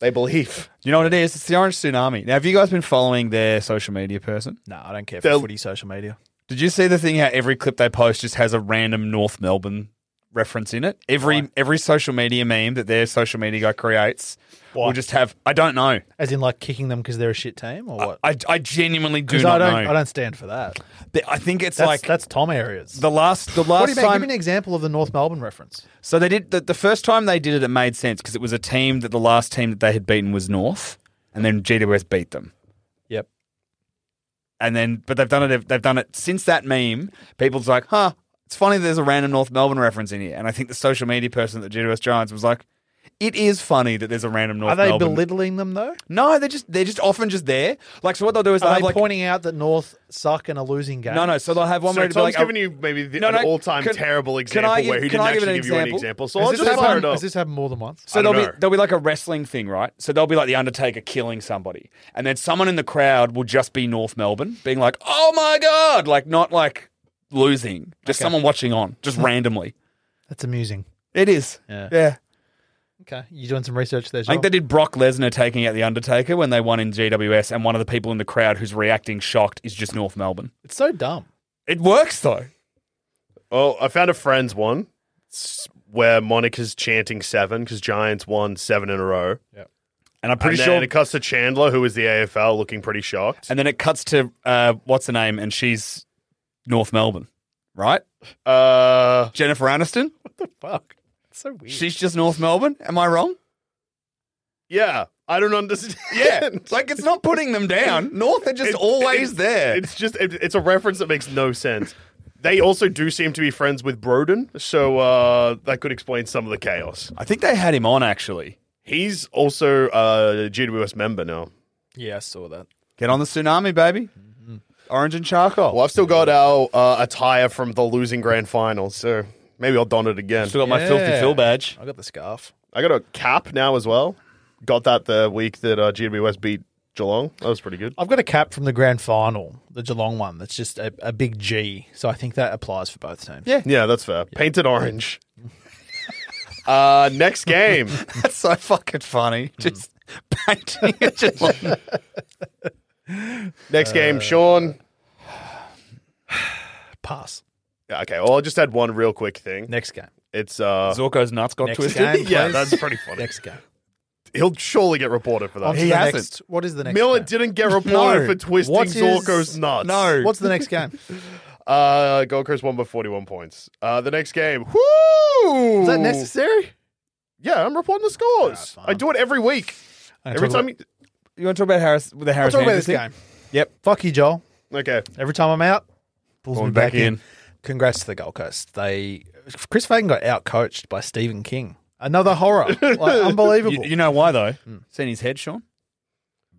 They believe.
"You know what it is? It's the Orange Tsunami." Now, have you guys been following their social media person?
No, I don't care for
They'll-
footy social media.
Did you see the thing how every clip they post just has a random North Melbourne reference in it? Every every social media meme that their social media guy creates will
Why?
just have I don't know.
As in, like kicking them because they're a shit team or what?
I, I genuinely do
'Cause
not
I don't.
know.
I don't stand for that.
Th- I think it's
That's,
like
that's Tom areas.
the last the
what do
last
you mean? Give
time.
me an example of the North Melbourne reference.
so they did the, the first time they did it. It made sense because it was a team that the last team that they had beaten was North, and then GWS beat them.
Yep.
And then, but they've done it. They've done it since that meme. People's like, huh. It's funny. There's a random North Melbourne reference in here, and I think the social media person at the GWS Giants was like, "It is funny that there's a random North
Are they
Melbourne."
belittling them though?
no, they're just they're just often just there. Like, so what they'll do is they'll
Are
have
they
like
pointing out that North suck and are losing games?
no, no. So they'll have one
so
where
Tom's
it'll be like,
giving you maybe the,
No,
an
no,
all-time
can-
terrible
can
example
I give-
where he
can
didn't
I give
actually
an
give you an
example?
example. So
Has
I'll
this,
just fire it
happened,
up.
has this happened more than once?
So
I
there'll
don't
be
know.
there'll be like a wrestling thing, right? So there'll be like the Undertaker killing somebody, and then someone in the crowd will just be North Melbourne, being like, "Oh my god!" Like not like losing, just someone watching on,
(laughs)
just randomly.
That's amusing.
It is,
Yeah.
yeah.
Okay, you doing some research there?
I think they did Brock Lesnar taking out the Undertaker when they won in GWS, and one of the people in the crowd who's reacting shocked is just North Melbourne.
it's so dumb.
It works though.
Oh, I found a friend's one s- where Monica's chanting seven because Giants won seven in a row.
And I'm pretty
and
sure
then it cuts to Chandler, who is the AFL, looking pretty shocked.
And then it cuts to uh, what's her name, and she's North Melbourne, right?
Uh,
Jennifer Aniston.
Fuck, it's so weird.
She's just North Melbourne. Am I wrong?
yeah, I don't understand. (laughs)
Yeah, like it's not putting them (laughs) down. North are just
It-
always
it-
there.
It's just it, it's a reference that makes no sense. They also do seem to be friends with Broden, so uh, that could explain some of the chaos.
I think they had him on actually.
He's also a GWS member now.
yeah, I saw that.
Get on the tsunami, baby.
Mm-hmm.
Orange and charcoal.
Well, I've still got our uh, attire from the losing grand final, so Maybe I'll don it again.
Still got my filthy
Yeah.
Phil badge.
I got the scarf.
I got a cap now as well. Got that the week that uh, GWS beat Geelong. That was pretty good.
I've got a cap from the grand final, the Geelong one. That's just a, a big G. So I think that applies for both teams.
Yeah.
Yeah, that's fair. Painted (laughs) orange. uh, next game.
(laughs) That's so fucking funny. Just painting it. (laughs) Just like,
Next game, Sean.
Pass.
Yeah, okay. Well, I just had one real quick thing.
Next game.
It's uh,
Zorko's nuts got
Next
twisted.
game,
yeah,
please.
that's
(laughs)
pretty funny.
Next game.
He'll surely get reported for
On
that.
to the
hasn't.
next- what is the next?
Miller
game?
didn't get reported
No.
for twisting
What is-
Zorko's nuts.
No.
What's the next game?
Uh, Gold Coast won by 41 points. Uh, the next game. Woo!
Is that necessary?
Yeah, I'm reporting the scores.
Ah, fine.
I do it every week. Every time. You...
(laughs) You want to talk about Harris with the
I
Harris?
talk about
Manders
this game.
Yep.
Fuck you, Joel.
Okay. (laughs)
Every time I'm out, pulls
Pulling
me back,
back
in.
in.
Congrats to the Gold Coast. They Chris Fagan got out coached by Stephen King. Another horror,
(laughs)
like, unbelievable.
You, you know why though? Seen his head, Sean?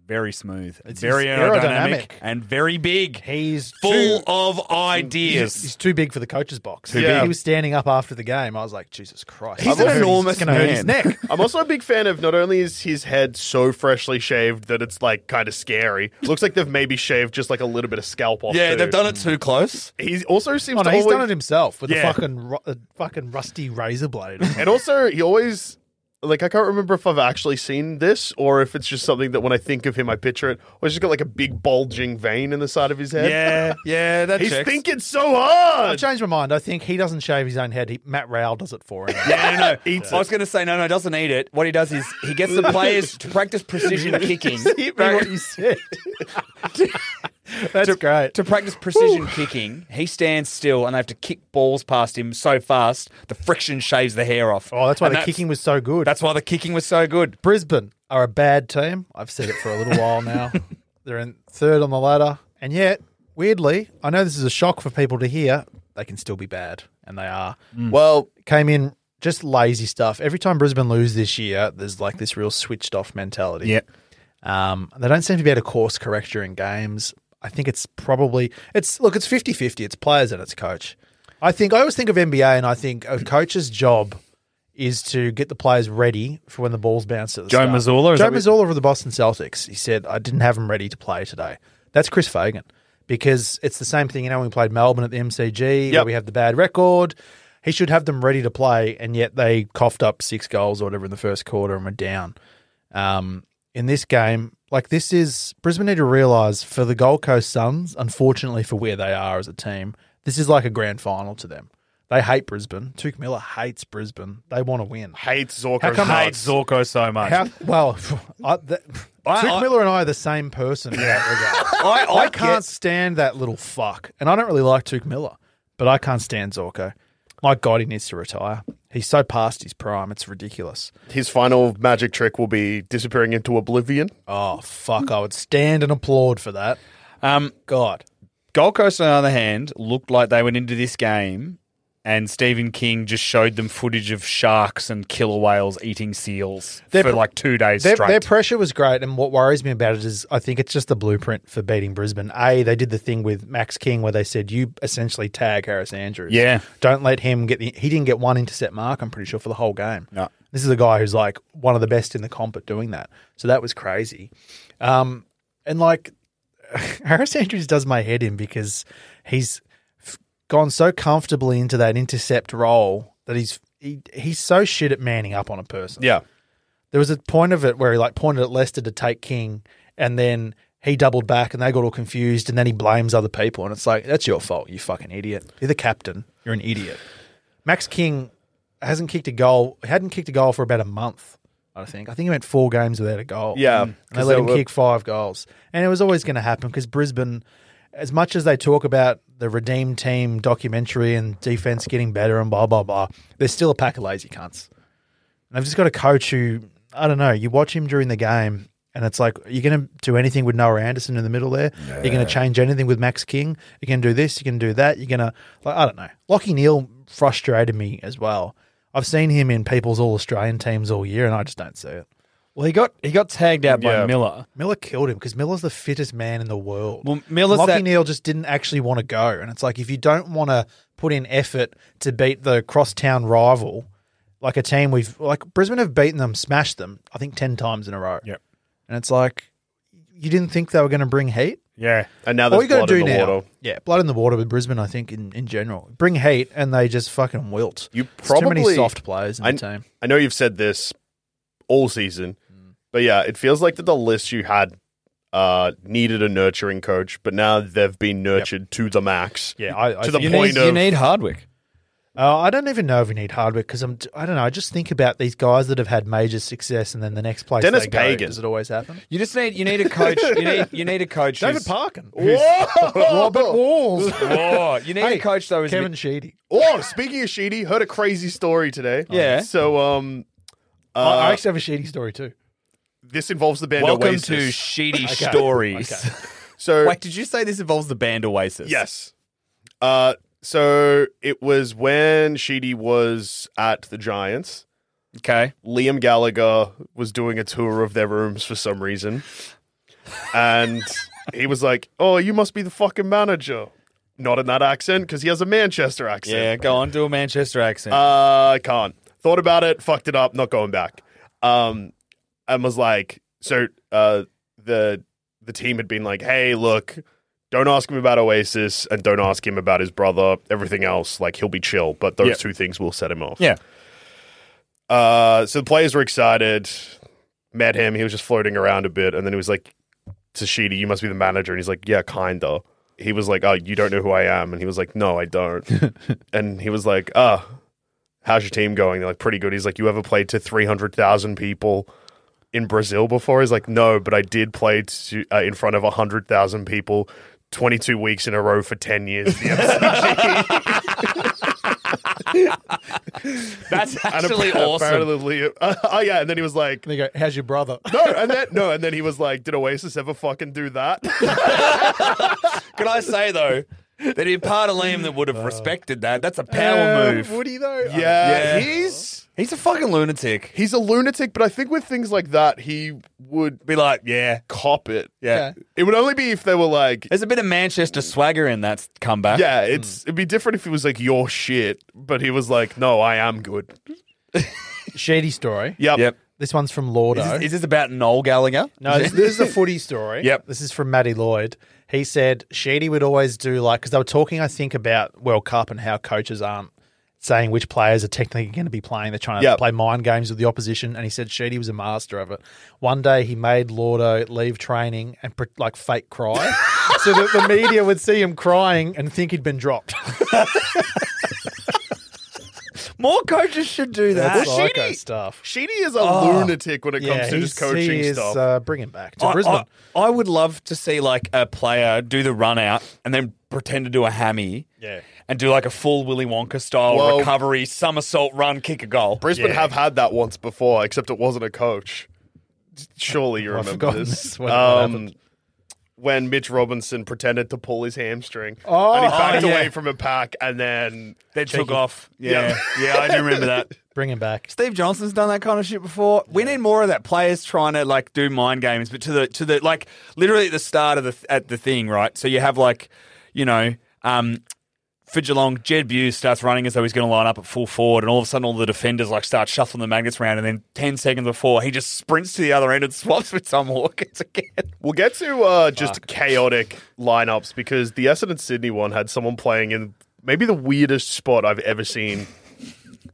Very smooth,
Hmm. It's
very
his
aerodynamic,
aerodynamic.
and very big.
he's
Full
too-
of ideas.
He's, he's too big for the coach's box.
Yeah. big.
He was standing up after the game. I was like, Jesus Christ!
He's
It's gonna
an
hurt his-
enormous
it's gonna hurt his (laughs)
(laughs) man.
neck.
I'm also a big fan of not only is his head so freshly shaved that it's like kind of scary. Looks like they've maybe shaved just like a little bit of scalp off.
yeah,
too.
they've done it too close.
He also seems
Oh,
to
no, he's
always,
done it himself with
Yeah.
a fucking ru- a fucking rusty razor
(laughs)
blade.
and also he always like I can't remember if I've actually seen this or if it's just something that when I think of him I picture it. Or he's just got like a big bulging vein in the side of his head. (laughs)
Yeah, yeah, that
he's
checks.
thinking so
I've
hard.
changed my mind. I think he doesn't shave his own head. He, Matt Rowell does it for him.
(laughs) Yeah,
(laughs)
no, no.
Eats
I was going to say no, no, doesn't eat it. What he does is he gets the players to practice
(laughs)
precision kicking.
Hit me what you
(laughs)
said. That's great.
To practice precision kicking, he stands still and they have to kick balls past him so fast the friction shaves the hair off.
Oh, that's why
And
the kicking was so good.
That's why the kicking was so good.
Brisbane are a bad team. I've said it for a little while
(laughs)
now. They're in third on the ladder, and yet, weirdly, I know this is a shock for people to hear. They can still be bad, and they are.
Mm.
Well,
Came in just lazy stuff. Every time Brisbane lose this year, there's like this real switched off mentality. Um, they don't seem to be able to course correct during games. I think it's probably it's look, it's 50-50. It's players and it's coach. I think I always think of NBA and I think a coach's job is to get the players ready for when the ball's bounced at the
Joe
start.
Mazzulla, is
Joe
that what-
Mazzulla of the Boston Celtics. He said, I didn't have them ready to play today. That's Chris Fagan. Because it's the same thing, you know, when we played Melbourne at the MCG, where
Yep.
we have the bad record. He should have them ready to play, and yet they coughed up six goals or whatever in the first quarter and were down um, in this game. Like this is Brisbane need to realise for the Gold Coast Suns, unfortunately for where they are as a team, this is like a grand final to them. They hate Brisbane. Tuke Miller hates Brisbane. They want to win.
hates Zorko.
How come-
nuts.
Zorko so much.
How, well, I, that,
I-
Tuke
I-
Miller and I are the same person. in that (laughs) regard.
I, I,
I can't stand that little fuck, and I don't really like Tuke Miller, but I can't stand Zorko. My God, he needs to retire. He's so past his prime; it's ridiculous.
His final magic trick will be disappearing into oblivion.
Oh fuck! I would stand and applaud for that.
Um,
God.
Gold Coast, on the other hand, looked like they went into this game and Stephen King just showed them footage of sharks and killer whales eating seals
They're
for
pr-
like two days
Their,
straight.
their pressure was great, and what worries me about it is I think it's just the blueprint for beating Brisbane. A, they did the thing with Max King where they said you essentially tag Harris Andrews.
Yeah.
don't let him get the. He didn't get one intercept mark. I'm pretty sure for the whole game.
No.
this is a guy who's like one of the best in the comp at doing that. So that was crazy, um, and like (laughs) Harris Andrews does my head in because he's f- gone so comfortably into that intercept role that he's he, he's so shit at manning up on a person.
yeah.
There was a point of it where he like pointed at Leicester to take King, and then he doubled back, and they got all confused, and then he blames other people, and it's like that's your fault, you fucking idiot. You're the captain. You're an idiot. Max King hasn't kicked a goal. Hadn't kicked a goal for about a month. I think. I think he went four games without a goal.
Yeah,
and they
'cause
let
they
him
were-
kick five goals, and it was always going to happen because Brisbane, as much as they talk about the redeemed team documentary and defense getting better and blah blah blah, they're still a pack of lazy cunts. And I've just got a coach who I don't know. You watch him during the game, and it's like you're going to do anything with Noah Anderson in the middle there. You're going to change anything with Max King. You can do this. You can do that. You're going to like I don't know. Lockie Neal frustrated me as well. I've seen him in people's All Australian teams all year, and I just don't see it.
Well, he got he got tagged out by
Yeah.
Miller.
Miller killed him because Miller's the fittest man in the world.
Well, Miller's
Lockie
that-
Neal just didn't actually want to go, and it's like if you don't want to put in effort to beat the crosstown rival, like a team we've like Brisbane have beaten them, smashed them, I think ten times in a row.
Yep.
and it's like you didn't think they were going to bring heat.
Yeah.
And now
All
Oh, there's
you got
blood
to do
in the
now,
water.
yeah, blood in the water with Brisbane. I think in, in general, bring heat and they just fucking wilt.
You
There's too
probably
many soft players in the team.
I know you've said this all season, but yeah, it feels like that the list you had uh, needed a nurturing coach, but now they've been nurtured to the max.
Yeah, I, I
To the
You
think-
need,
Point
you
(laughs) of-
need Hardwick.
Uh, I don't even know if we need Hardwick because I'm. I don't know. I just think about these guys that have had major success and then the next place.
Dennis
they go,
Pagan.
Does it always happen?
You just need you need a coach. you need you need a (laughs) coach. who's-
Parkin.
(laughs)
Robert
Walls.
Whoa, Oh. you need
Hey,
a coach though. Is
Kevin Sheedy.
Oh, speaking of Sheedy, heard a crazy story today.
Yeah.
So um, uh,
I I actually have a Sheedy story too.
this involves the band
welcome
Oasis.
to (laughs) Sheedy Stories.
so
Wait, did you say this involves the band Oasis?
Yes. Uh, so it was when Sheedy was at the Giants.
Okay.
Liam Gallagher was doing a tour of their rooms for some reason. And he was like, Oh, you must be the fucking manager. Not in that accent because he has a Manchester
Yeah,
accent.
go on, do a Manchester accent.
Uh, I can't. Thought about it, fucked it up, not going back. Um, and was like, So uh, the the team had been like, Hey, look, don't ask him about Oasis and don't ask him about his brother. Everything else, like, he'll be chill, but those
Yeah.
two things will set him off.
yeah.
Uh, so the players were excited. Met him. He was just floating around a bit, and then he was like, "Tashidi, you must be the manager." And he's like, "Yeah, kinda." He was like, "Oh, you don't know who I am," and he was like, "No,
(laughs)
I don't." and he was like, "Ah, how's your team going?" They're like, "Pretty good." He's like, "You ever played to three hundred thousand people?" In Brazil before, he's like, no, but I did play to, uh, in front of hundred thousand people, twenty two weeks in a row for ten years.
(laughs)
The
(laughs) That's
And
actually
appa-
awesome.
Apparently, (laughs) Liam- oh yeah, and then he was like,
And they go, "How's your brother?"
No, and then no, and then he was like, "Did Oasis ever fucking
(laughs)
do that?"
Can I say though that in part of Liam that Uh, would have respected that? That's a power move.
Woody though.
yeah,
Yeah.
he's
He's a fucking lunatic.
he's a lunatic, but I think with things like that, he would
Be like, yeah,
cop it.
yeah.
Okay.
It would only be if they were like,
There's a bit of Manchester swagger in that comeback.
"Yeah,
Hmm.
it's it'd be different if it was like your shit," but he was like, "No, I am good."
Sheedy story.
Yep.
Yep.
This one's from
Is
Lordo.
this, is this about Noel Gallagher?
No, this,
(laughs)
this is a footy story.
Yep.
This is from Matty Lloyd. He said Sheedy would always do like because they were talking, I think, about World Cup and how coaches aren't saying which players are technically going to be playing. They're trying to
Yep.
play mind games with the opposition, and he said Sheedy was a master of it. One day he made Laudo leave training and pre- like fake
(laughs)
cry, so that the media would see him crying and think he'd been dropped.
More coaches should do that.
That's
Well,
psycho
Sheedy-
stuff.
Sheedy is a lunatic when it comes to just
Oh. he's-
coaching
he is,
stuff.
Uh, bring him back to
I,
Brisbane.
I- I would love to see like a player do the run out and then pretend to do a hammy.
Yeah.
And do like a full Willy Wonka style
Well-
recovery, somersault run, kick a goal.
Brisbane
yeah.
have had that once before, except it wasn't a coach.
(laughs)
Surely you remember
forgotten
this.
this when- what happened.
Um, when Mitch Robinson pretended to pull his hamstring,
Oh.
and he backed
Oh, yeah.
away from a pack, and then
They took
Cheeky.
off. Yeah.
Yeah.
Yeah, I do remember that.
bring him back.
Steve Johnson's done that kind of shit before. We need more of that. Players trying to like do mind games, but to the to the like literally at the start of the at the thing, right? So you have like, you know, um, for Geelong, Jed Buse starts running as though he's going to line up at full forward, and all of a sudden all the defenders like start shuffling the magnets around, and then ten seconds before he just sprints to the other end and (laughs) swaps with Tom Hawkins again.
we'll get to uh, just chaotic lineups because the Essendon Sydney one had someone playing in maybe the weirdest spot I've ever seen.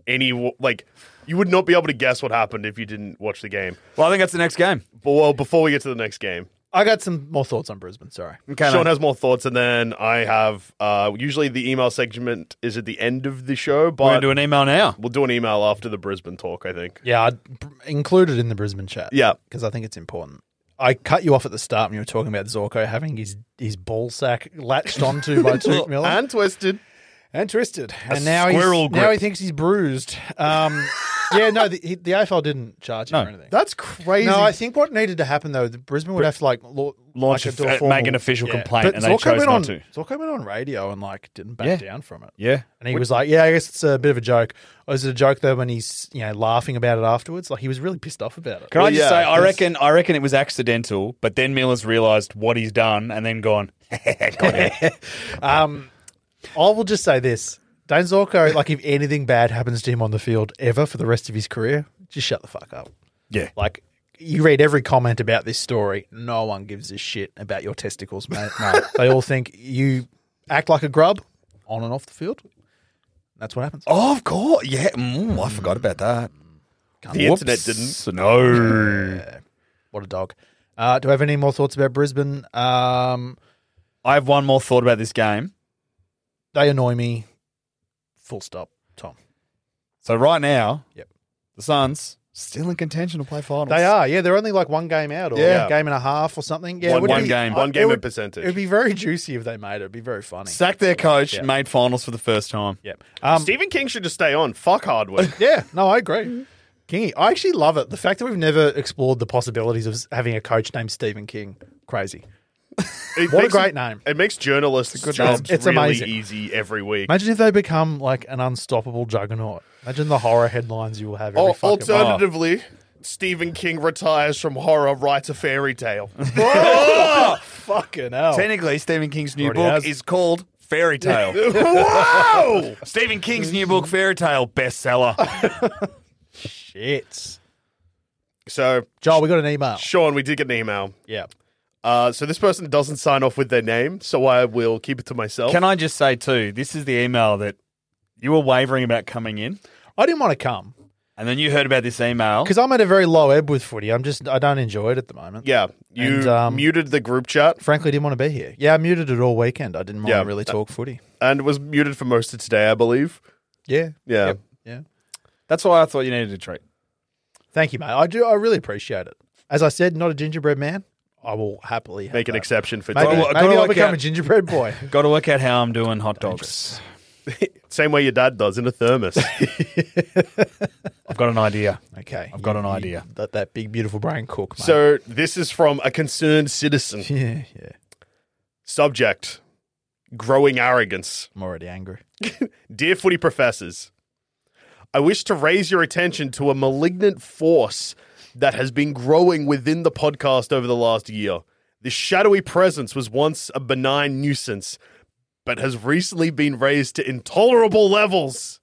Any like, you would not be able to guess what happened if you didn't watch the game.
Well, I think that's the next game.
But well, before we get to the next game,
I got some more thoughts on Brisbane. Sorry.
Okay,
Sean
mate.
has more thoughts, and then I have. Uh, usually, the email segment is at the end of the show,
we're going
but
to do an email now.
we'll do an email after the Brisbane talk. I think.
Yeah, I'd included in the Brisbane chat.
Yeah.
because I think it's important. I cut you off at the start when you were talking about Zorko having his his ball sack latched onto
(laughs)
by Tuke Miller
And twisted.
and twisted, and now he's,
squirrel grip. (laughs)
now he thinks he's bruised. Um, yeah, no, the, he- the AFL didn't charge him
No.
or anything.
That's crazy.
No, I think what needed to happen though, the Brisbane would have to like law,
Launch
like
a-
do
uh, make an official complaint, and they
Zorko
chose
went
not
on,
to.
Zorko went on radio and like didn't back
Yeah.
down from it.
Yeah.
And he was like, "Yeah, I guess it's a bit of a joke." Or is it a joke though when he's you know laughing about it afterwards? Like he was really pissed off about it.
Can I just
yeah,
say, I
it's-
reckon, I reckon it was accidental, but then Miller's realised what he's done and then gone. Got him.
I will just say this: Dane Zorko, like if anything bad happens to him on the field ever for the rest of his career, just shut the fuck up.
yeah,
Like you read every comment about this story, no one gives a shit about your testicles,
(laughs)
mate. No, they all think you act like a grub on and off the field. That's what happens.
Oh, of course. Yeah. Mm, I forgot about that.
The internet
didn't. No.
What a dog. Uh, do I have any more thoughts about Brisbane? Um,
I have one more thought about this game.
they annoy me. Full stop. Tom.
So right now,
Yep.
the Suns still in contention to play finals.
They are, yeah. They're only like one game out, or
Yeah.
a game and a half, or something. Yeah, it
One-
would
one
be-
game.
it
One game
would-
in percentage.
It would be very juicy if they made it. It'd be very funny.
Sacked their coach, and made finals for the first time.
yeah. Um,
Stephen King should just stay on.
(laughs)
Fuck Hardwood.
yeah. No, I agree. Kingy, I actually love it. The fact that we've never explored the possibilities of s- having a coach named Stephen King, crazy. What
It
a
makes it-
great name.
It makes journalists' jobs
name. It's
really
amazing.
easy every week.
Imagine if they become like an unstoppable juggernaut. Imagine the horror headlines you will have. Every
Al-
fucking
alternatively, Stephen King retires from horror, writes a fairy
(laughs)
tale.
Oh, fucking hell.
Technically, Stephen King's new
Already
book
has.
is called Fairy (laughs) Tale.
Whoa!
(laughs) Stephen King's new book, Fairy Tale, (laughs) bestseller.
Shit.
So,
Joel, we got an email.
Sean, we did get an email.
Yeah.
Uh, so this person doesn't sign off with their name, so I will keep it to myself.
Can I just say too? This is the email that you were wavering about coming in,
I didn't want to come
and then you heard about this email.
because I'm at a very low ebb with footy. I'm just, I don't enjoy it at the moment.
Yeah, you
And, um,
muted the group chat
Frankly, didn't want to be here. Yeah, I muted it all weekend. I didn't want
Yeah.
to really talk footy.
and was muted for most of today, I believe.
Yeah.
Yeah.
Yep. Yeah.
That's why I thought you needed a treat.
Thank you, mate. I do. I really appreciate it. As I said, not a gingerbread man. I will happily have
Make an
that.
exception for
Maybe,
today.
Gotta-
maybe
gotta
I'll
work
become
uh,
out-
a gingerbread
(laughs)
boy.
Got to work out how I'm doing hot dogs.
Same way your dad does in a thermos.
(laughs)
I've got an idea.
Okay,
I've got
you-
an
you
idea.
Let that big, beautiful brain cook, mate. (laughs)
so this is from a concerned citizen.
yeah, yeah.
Subject: Growing arrogance.
I'm already angry.
Dear footy professors, I wish to raise your attention to a malignant force that has been growing within the podcast over the last year. This shadowy presence was once a benign nuisance, but has recently been raised to intolerable levels.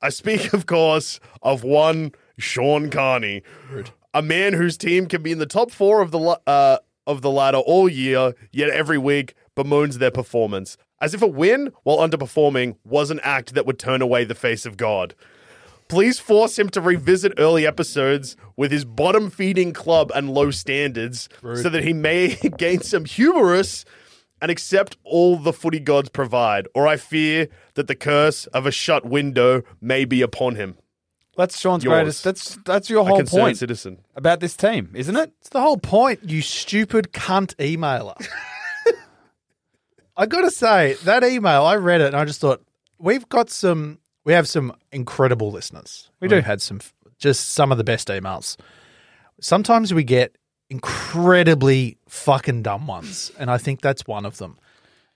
I speak, of course, of one Sean Carney, a man whose team can be in the top four of the la- uh, of the ladder all year, yet every week bemoans their performance as if a win while underperforming was an act that would turn away the face of God. Please force him to revisit early episodes with his bottom feeding club and low standards so that he may (laughs) gain some humorous and accept all the footy gods provide, or I fear that the curse of a shut window may be upon him.
That's Sean's
Yours.
greatest. That's that's your
a
whole
concerned
point
citizen.
about this team, isn't it?
It's the whole point, you stupid cunt emailer. I gotta say that email. I read it and I just thought we've got some. We have some incredible listeners. We do. We've had some, just some of the best emails. Sometimes we get incredibly fucking dumb ones, and I think that's one of them.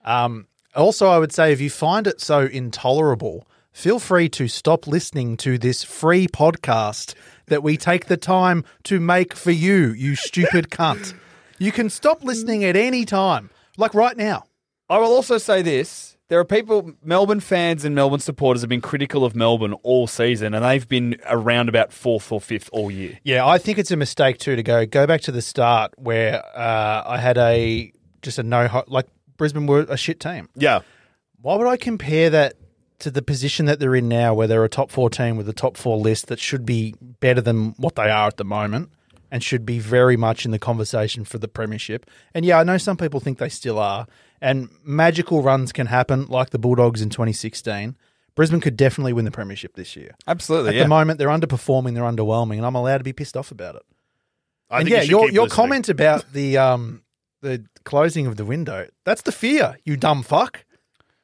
Um, also, I would say if you find it so intolerable, feel free to stop listening to this free podcast that we take the time to make for you, you stupid cunt. You can stop listening at any time, like right now.
I will also say this. There are people, Melbourne fans and Melbourne supporters have been critical of Melbourne all season, and they've been around about fourth or fifth all year.
Yeah, I think it's a mistake too to go go back to the start where uh, I had a just a no ho- like Brisbane were a shit team.
Yeah.
Why would I compare that to the position that they're in now, where they're a top four team with a top four list that should be better than what they are at the moment and should be very much in the conversation for the premiership? And yeah, I know some people think they still are, and magical runs can happen, like the Bulldogs in 2016. Brisbane could definitely win the premiership this year.
Oh,
Absolutely,
At the moment, they're underperforming, they're underwhelming, and I'm allowed to be pissed off about it.
I
and
think
yeah,
you should
your
keep
your
listening.
comment about the um the closing of the window—that's the fear, you dumb fuck.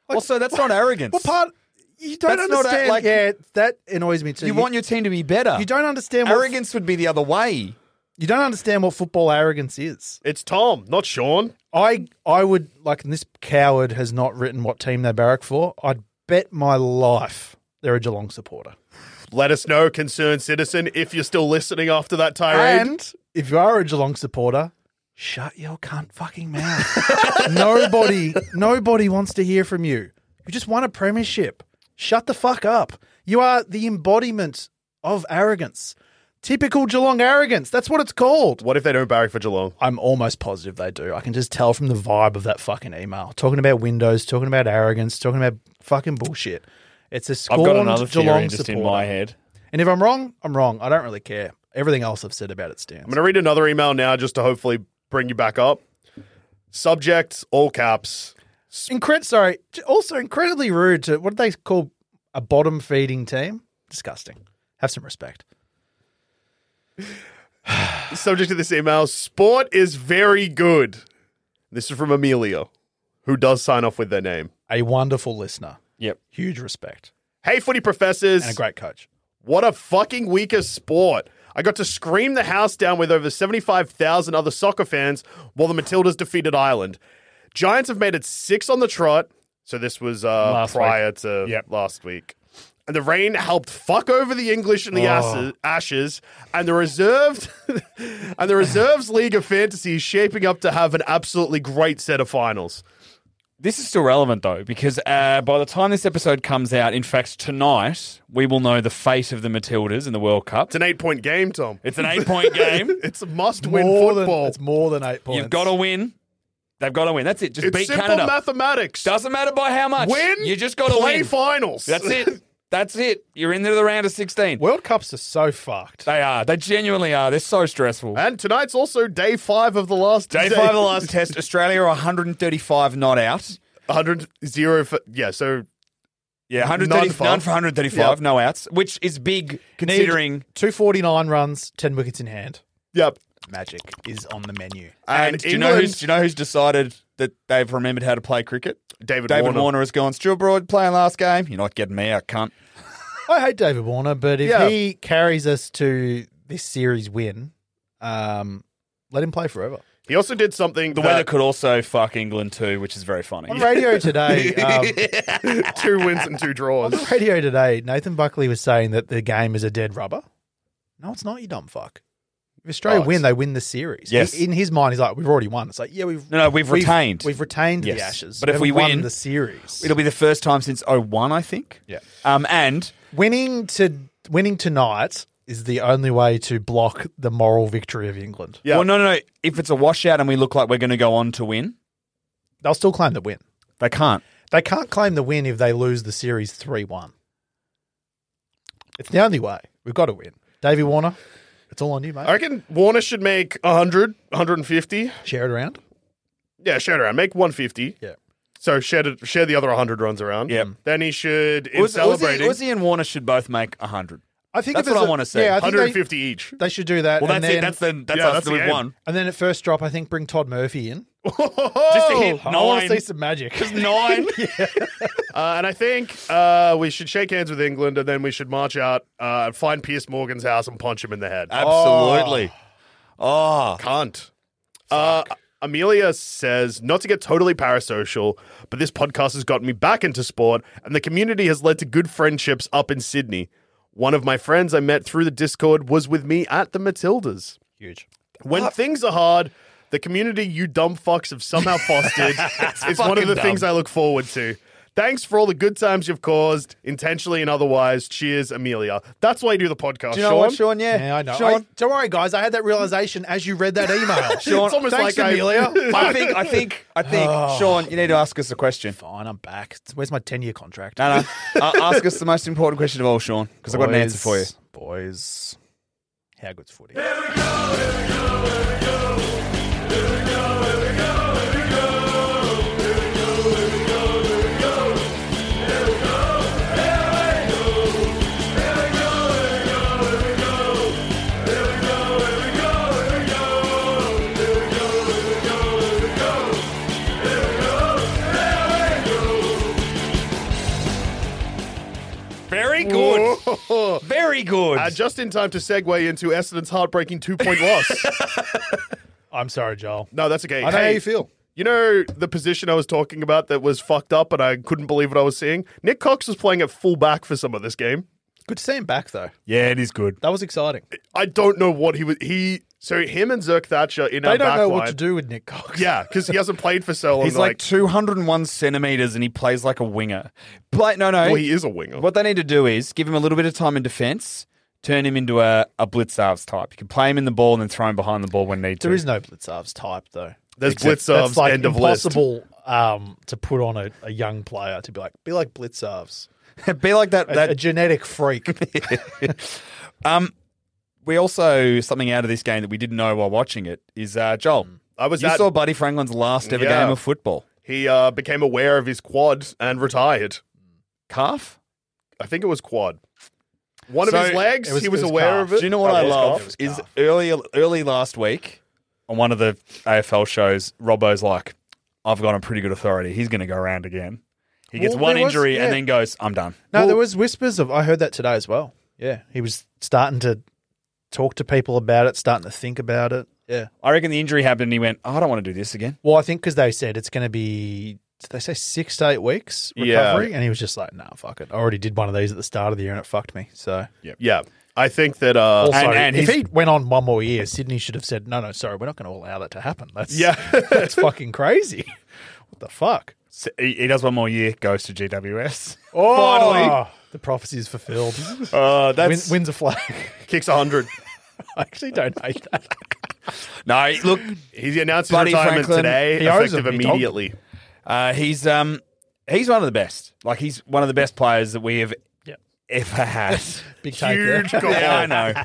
also, that's not arrogance.
What part? You don't
That's not a-
understand.
like-
yeah, that annoys me too.
You want your team to be better.
you don't understand what
Arrogance would be the other way.
you don't understand what football arrogance is.
It's Tom, not Sean.
I I would like and this coward has not written what team they barrack for. I'd bet my life they're a Geelong supporter.
Let us know, concerned citizen, if you're still listening after that tirade.
And if you are a Geelong supporter, shut your cunt fucking mouth. (laughs) nobody, nobody wants to hear from you. You just won a premiership. Shut the fuck up. You are the embodiment of arrogance. Typical Geelong arrogance. That's what it's called.
what if they don't barrack for Geelong?
I'm almost positive they do. I can just tell from the vibe of that fucking email. Talking about windows, talking about arrogance, talking about fucking bullshit. It's a
I've
scorned
got another theory
Geelong
just
supporter.
in my head.
And if I'm wrong, I'm wrong. I don't really care. Everything else I've said about it stands.
I'm going to read another email now just to hopefully bring you back up. Subject, all caps.
Incred- sorry, j- also incredibly rude to what do they call a bottom feeding team? Disgusting. Have some respect.
Subject of this email Sport is very good. This is from Emilio, who does sign off with their name.
A wonderful listener.
Yep.
Huge respect.
Hey, footy professors.
And a great coach.
What a fucking week of sport. I got to scream the house down with over 75,000 other soccer fans while the Matildas defeated Ireland. Giants have made it six on the trot. So this was uh,
Last
prior to last week. And the rain helped fuck over the English in
Oh.
the asses, ashes, and the reserved (laughs) and the reserves league of fantasy is shaping up to have an absolutely great set of finals.
This is still relevant though, because uh, by the time this episode comes out, in fact, tonight we will know the fate of the Matildas in the World Cup.
It's an eight-point game, Tom.
It's an (laughs) eight-point game.
It's a must-win
than,
football.
it's more than eight points.
You've got to win. They've got to win. That's it. Just
it's
beat
simple
Canada.
mathematics.
Doesn't matter by how much.
Win.
You just got to
play
win.
finals.
(laughs) That's (laughs) it. That's it. You're into the round of 16.
World Cups are so fucked.
They are. They genuinely are. They're so stressful.
And tonight's also day five of the last
Day five of the last test. Australia are 135 not out.
hundred zero. For, yeah, so
Yeah, 130,
None
none,
for.
for 135,
Yep.
no outs, which is big considering.
Two forty nine runs, ten wickets in hand.
yep.
Magic is on the menu.
And,
And
do you know
England-
who's do you know who's decided that they've remembered how to play cricket?
David
David
Warner.
Warner, has gone. Stuart Broad playing last game. You're not getting me out, cunt.
I hate David Warner, but if
Yeah.
he carries us to this series win, um, let him play forever.
He also did something.
The
that-
weather could also fuck England too, which is very funny. (laughs)
On radio today, um,
two wins and two
On
(laughs)
draws.
the radio today, Nathan Buckley was saying that the game is a dead rubber. No, it's not, you dumb fuck. If Australia
Oh, it's-
win, they win the series.
Yes.
He- in his mind, he's like, we've already won. It's like, yeah, we've
No, no, we've retained.
We've retained
Yes.
the Ashes.
But if
haven't
we
won
win-
the series,
It'll be the first time since 01, I think.
Yeah.
Um, and
winning to winning tonight is the only way to block the moral victory of England.
Yeah.
well, no, no, no. If it's a washout and we look like we're going to go on to win,
They'll still claim the win.
they can't.
They can't claim the win if they lose the series three one. It's the only way. We've got to win. Davey Warner, it's all on you, mate.
I reckon Warner should make 100, 150.
Share it around.
Yeah, share it around. Make 150.
Yeah.
So share the, share the other 100 runs around.
Yep.
Then he should, in
Uzi, Uzi,
celebrating,
Uzi and Warner should both make 100.
I think
That's
if there's
what I
a-
wanna see.
Yeah, I think they,
150 each.
they should do that.
Well,
and
that's
then,
it. That's the that's
Yeah,
us
that's
that
the
we've
aim.
won.
and then at first drop, I think bring Todd Murphy in. Oh,
Just a hit.
I want
Nine.
to see some (laughs) magic.
(laughs) Nine.
Uh, and I think uh, we should shake hands with England and then we should march out uh, and find Pierce Morgan's house and punch him in the head.
Absolutely. Oh.
Can't. Uh, Amelia says, not to get totally parasocial, but this podcast has gotten me back into sport, and the community has led to good friendships up in Sydney. One of my friends I met through the Discord was with me at the Matildas.
Huge.
When things are hard, the community you dumb fucks have somehow fostered
(laughs)
is one of
fucking
the things I look forward to. Thanks for all the good times you've caused, intentionally and otherwise. Cheers, Amelia. That's why you do the podcast,
Do you know
Sean.
what,
(laughs)
Sean? Yeah.
Yeah, I know.
Sean,
I- don't worry, guys. I had that realization as you read that (laughs) email.
Sean,
It's almost
Thanks,
like I-
Amelia.
I think, I think, I think, Sean, you need to ask us a question.
Fine, I'm back. Where's my ten year contract?
No, no. Uh, ask us the most important question of all, Sean, because I've got an answer for you.
boys. How good's footy?
Very good. Very good.
Uh, just in time to segue into Essendon's heartbreaking two
(laughs)
point loss.
I'm sorry, Joel.
No, that's okay.
I know how you feel.
You know the position I was talking about that was fucked up, and I couldn't believe what I was seeing. Nick Cox was playing at fullback for some of this game.
Good to see him back though.
yeah, it is good.
That was exciting.
I don't know what he was. He so him and Zirk Thatcher in
They
our
don't
back
know
line-
what to do with Nick Cox.
(laughs) Yeah, because he hasn't played
(laughs)
for so long.
He's like, 201 centimeters and he plays like a winger. But no, no.
well, he is a winger.
What they need to do is give him a little bit of time in defense, turn him into a, a blitzarves type. You can play him in the ball and then throw him behind the ball when need to.
There is no Blitzarves type though.
There's
Except-
Blitzovs,
That's like
end of list.
impossible um, to put on a, a young player to be like be like Blitzarves,
Be like that.
a,
that
a genetic
(laughs)
freak.
um, we also something out of this game that we didn't know while watching it is uh, Joel.
Mm. I was
you
at-
saw Buddy Franklin's last ever
Yeah.
game of football.
He uh, became aware of his quad and retired.
Calf.
I think it was quad. One
So-
of his legs,
It was-
he was,
it was
aware
calf.
of it.
Do you know what
Oh,
I
it was
love
calf.
is early early last week on one of the AFL shows, Robbo's like, "I've got on pretty good authority. He's going to go around again." He gets
Well,
one
there was-
injury
yeah.
and then goes, "I'm done."
No, there was whispers of. I heard that today as well. Yeah, he was starting to talk to people about it, starting to think about it. Yeah.
I reckon the injury happened and he went, "Oh, I don't want to do this again.
Well, I think because they said it's going to be. Did they say six to eight weeks
Yeah.
recovery? And he was just like, "Nah, fuck it. I already did one of these at the start of the year, and it fucked me." So,
Yeah. I think that. Uh,
also,
and- and
if
he's-
he went on one more year, Sydney should have said, "No, no, sorry, we're not going to allow that to happen." That's
Yeah.
that's fucking crazy. (laughs) What the fuck?
(laughs) So he, he does one more year, goes to GWS.
Finally, Oh. the prophecy is fulfilled.
uh,
Win,
that's
wins a flag. (laughs)
kicks 100.
I actually don't hate that.
(laughs) No, look,
He announced his
Buddy
retirement
Franklin,
today,
he owes
effective
him, he told
immediately.
uh, he's um, he's one of the best. Like he's one of the best players that we have
Yep.
ever had. (laughs)
Big take.
Huge
yeah.
(laughs) goal.
yeah, I know.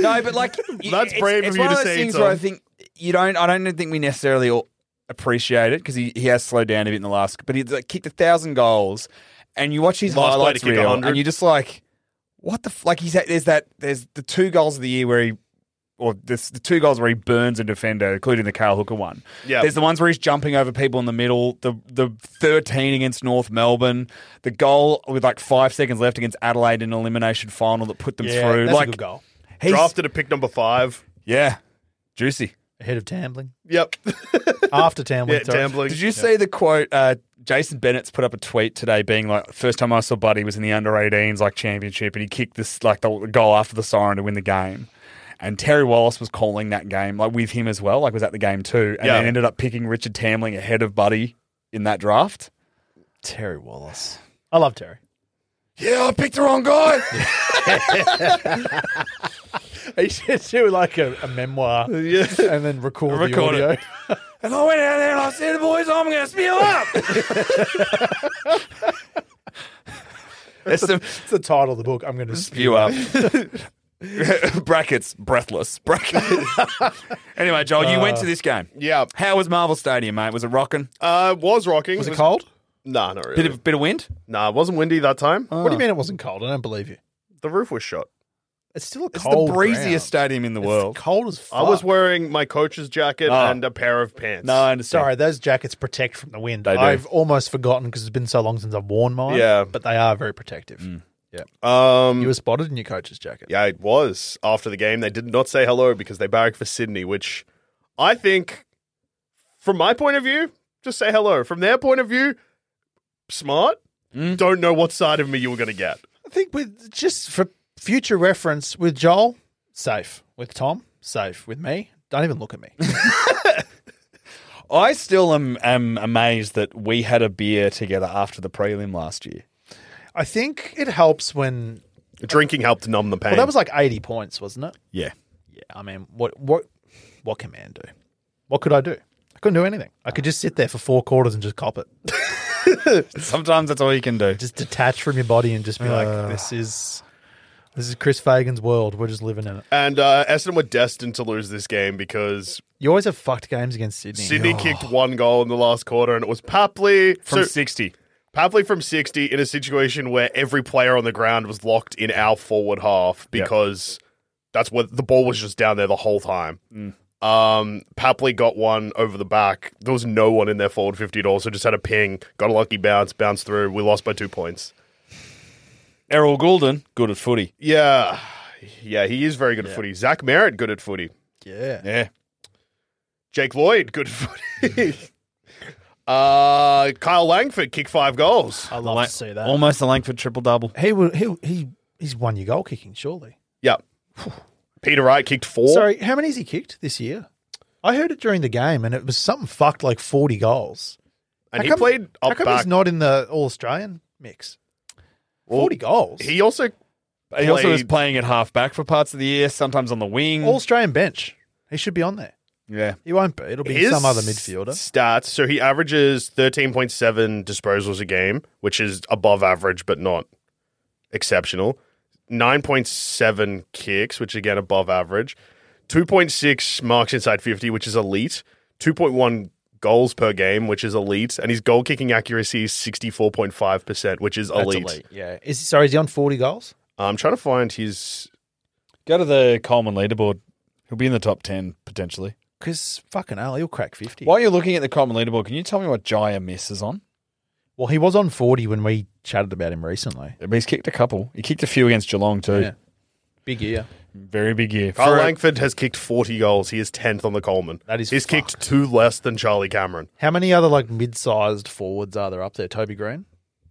No, but
(laughs)
like you-
That's
it's-
brave of
it's
you
one
to
of those
say,
things where I
Tom.
think you don't. I don't think we necessarily all appreciate it because he, he has slowed down a bit in the last. But he's like kicked a thousand goals, and you watch his
Last player
highlights
to kick
reel,
100.
and you're just like, what the f-? like? He's had, there's that there's the two goals of the year where he. Or this, the two goals where he burns a defender, including the Carl Hooker one.
Yeah.
there's the ones where he's jumping over people in the middle. The the 13 against North Melbourne, the goal with like five seconds left against Adelaide in elimination final that put them
Yeah,
through.
that's
like
a good goal.
He's,
Drafted a pick number five.
yeah, juicy.
Ahead of Tambling.
Yep. (laughs)
After Tambling.
yeah,
sorry.
gambling.
Did you see the quote? Uh, Jason Bennett's put up a tweet today, being like, "First time I saw Buddy was in the under 18s like championship, and he kicked this like the goal after the siren to win the game." And Terry Wallace was calling that game like with him as well, like was at the game too, and
Yeah.
then ended up picking Richard Tamling ahead of Buddy in that draft.
Terry Wallace. I love Terry.
Yeah, I picked the wrong guy. (laughs)
He should do like a, a memoir
Yeah.
and then record,
Record
the audio. (laughs)
it. and I went out there and I said, to "The boys, I'm going to spill up." (laughs) There's some
It's the title of the book. I'm going to spew.
you up. (laughs) Brackets, breathless. (laughs) Brackets. anyway, Joel, you went to this game.
Yeah.
How was Marvel Stadium, mate? Was it rocking?
Uh, was rocking.
Was it cold?
Nah, not really.
Bit of bit of wind.
nah, it wasn't windy that time.
What do you mean it wasn't cold? I don't believe you.
The roof was shut.
It's still a
It's
cold
the breeziest
ground.
stadium in the world.
It's cold as fuck.
I was wearing my coach's jacket
Ah.
and a pair of pants.
No, I understand.
Sorry, those jackets protect from the wind.
They do.
I've almost forgotten because it's been so long since I've worn mine.
Yeah.
But they are very protective.
Mm.
Um,
You were spotted in your coach's jacket.
Yeah, it was. After the game, they did not say hello because they barrack for Sydney, which I think, from my point of view, just say hello. From their point of view, smart.
Mm.
Don't know what side of me you were going to get.
I think with just for future reference, with Joel, safe. With Tom, safe. With me, don't even look at
(laughs)
me.
I still am, am amazed that we had a beer together after the prelim last year.
I think it helps when
Drinking helped numb the pain.
well that was like eighty points, wasn't it?
Yeah.
Yeah. I mean, what what what can man do? What could I do? I couldn't do anything. I could just sit there for four quarters and just cop it.
Sometimes that's all you can do.
Just detach from your body and just be
Uh.
like, this is this is Chris Fagan's world. We're just living in it.
and uh, Essendon were destined to lose this game because
You always have fucked games against Sydney. Oh,
Sydney kicked one goal in the last quarter, and it was Papley
From
so-
sixty.
Pavli from 60 in a situation where every player on the ground was locked in our forward half because that's what the ball was just down there the whole time. Um, Papley got one over the back. There was no one in their forward 50 at all, so just had a ping, got a lucky bounce, bounced through. We lost by two points.
Errol Goulden, good at footy.
Yeah. Yeah, he is very good at footy. Zach Merritt, good at footy.
Yeah.
Yeah.
Jake Lloyd, good at footy. (laughs) uh, Kyle Langford, kick five goals.
I love to see that.
Almost a Langford triple double.
he will. He he he's one year goal kicking surely.
Yeah. Peter Wright kicked four.
Sorry, how many has he kicked this year? I heard it during the game, and it was something fucked like forty goals.
and
How
he
come-
played
How
up
come
back.
he's not in the All Australian mix? Forty goals.
he also
He also was
Played-
playing at half back for parts of the year, sometimes on the
mm.
wing.
All Australian bench. He should be on there.
yeah.
He won't be. It'll be
his
some other midfielder.
stats. So he averages thirteen point seven disposals a game, which is above average but not exceptional. Nine point seven kicks, which again above average. Two point six marks inside fifty, which is elite. Two point one goals per game, which is elite, and his goal kicking accuracy is sixty four point five percent, which is elite.
Yeah. Is he, sorry? Is he on forty goals?
I'm trying to find his.
Go to the Coleman leaderboard. He'll be in the top 10 potentially.
Because fucking hell, he'll crack fifty.
While you're looking at the Coleman leaderboard, can you tell me what Jaya Miss is on?
Well, he was on forty when we chatted about him recently.
He's kicked a couple. He kicked a few against Geelong too.
Yeah. Big year.
Very big year.
Carl
For a-
Langford has kicked 40 goals. He is 10th on the Coleman.
That is
He's
fucked.
kicked two less than Charlie Cameron.
How many other like mid-sized forwards are there up there? Toby Green.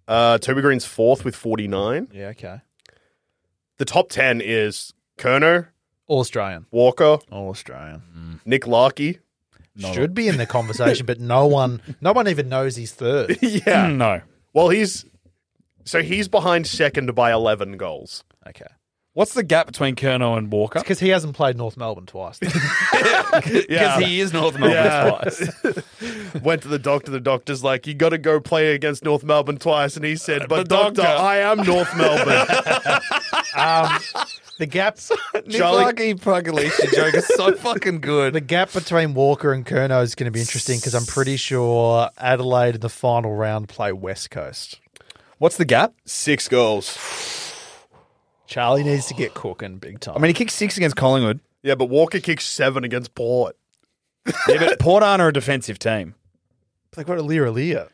Uh, Toby Green's fourth with 49.
Yeah. Okay.
The top 10 is Kerner,
All Australian. Mm,
Walker,
All Australian.
Nick Larkey.
Not
Should be in the conversation, but no one, no one even knows he's (laughs) third.
yeah. (clears throat) No.
Well, he's. So he's behind second by 11 goals.
Okay.
What's the gap between Kerno and Walker? (laughs)
Because he hasn't played North Melbourne (laughs) twice.
Because (laughs) he is North Melbourne (laughs) twice.
Went to the doctor. The doctor's like, You got to go play against North Melbourne twice. And he said, But,
But
doctor,
doctor-
I am North Melbourne. (laughs)
um, the gap,
Nick
Charlie-
Larky Pugliese joke is (laughs) so
the
fucking good.
gap between Walker and Kerno is going to be interesting because I'm pretty sure Adelaide in the final round play West Coast.
What's the gap?
Six goals.
Charlie needs to get cooking big time.
I mean, he kicked six against
(laughs)
Collingwood.
Yeah, but Walker kicked seven against Port.
Yeah, but (laughs) Port aren't a defensive team.
like what a Lear Lear.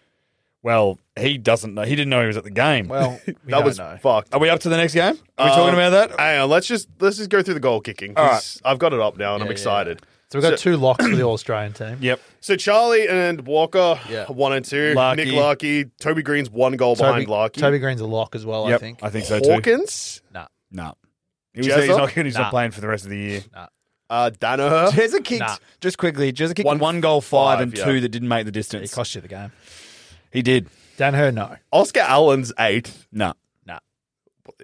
Well, he doesn't know. He didn't know he was at the game. (laughs)
Well, we
That
don't
was
know.
fucked.
are we up to the next game? Are we talking
Um,
about that?
Hang on, let's just let's just go through the goal kicking. 'cause I've got it up now and I'm excited.
so we've got two locks for the All Australian team.
Yep.
So Charlie and Walker,
Yeah.
one and two.
Larkey.
Nick Larky, Toby Green's one goal
Toby,
behind Larky.
Toby Green's a lock as well, I
yep.
think.
I think so too.
Hawkins,
Nah.
No. He was,
Jezza?
he's not, he's
Nah.
not playing for the rest of the year.
uh, Danaher.
Jezza kicked,
Nah.
just quickly, Jezza kicked
One
one, goal five,
five,
and
yeah.
two that didn't make the
It
distance.
cost you the game.
He did.
Dan Hur, no.
Oscar Allen's eighth.
No.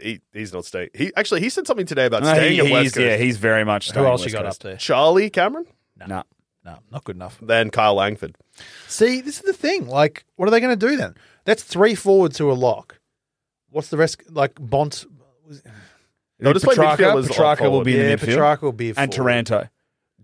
He, he's not staying. He actually he said something today about
No,
staying
he-
at West
he's, yeah,
Coast.
he's very much.
Who
staying
else
West
you got
Coast.
up there?
Charlie Cameron,
No.
No, not good enough.
then Kyle Langford.
See, this is the thing. Like, what are they going to do then? That's three forwards who are lock. What's the rest? Like Bont,
They'll just play
Petrarca,
midfielders off
Petrarca will
forward.
be in
yeah,
the midfield.
Petrarca will be a
and
forward.
Taranto.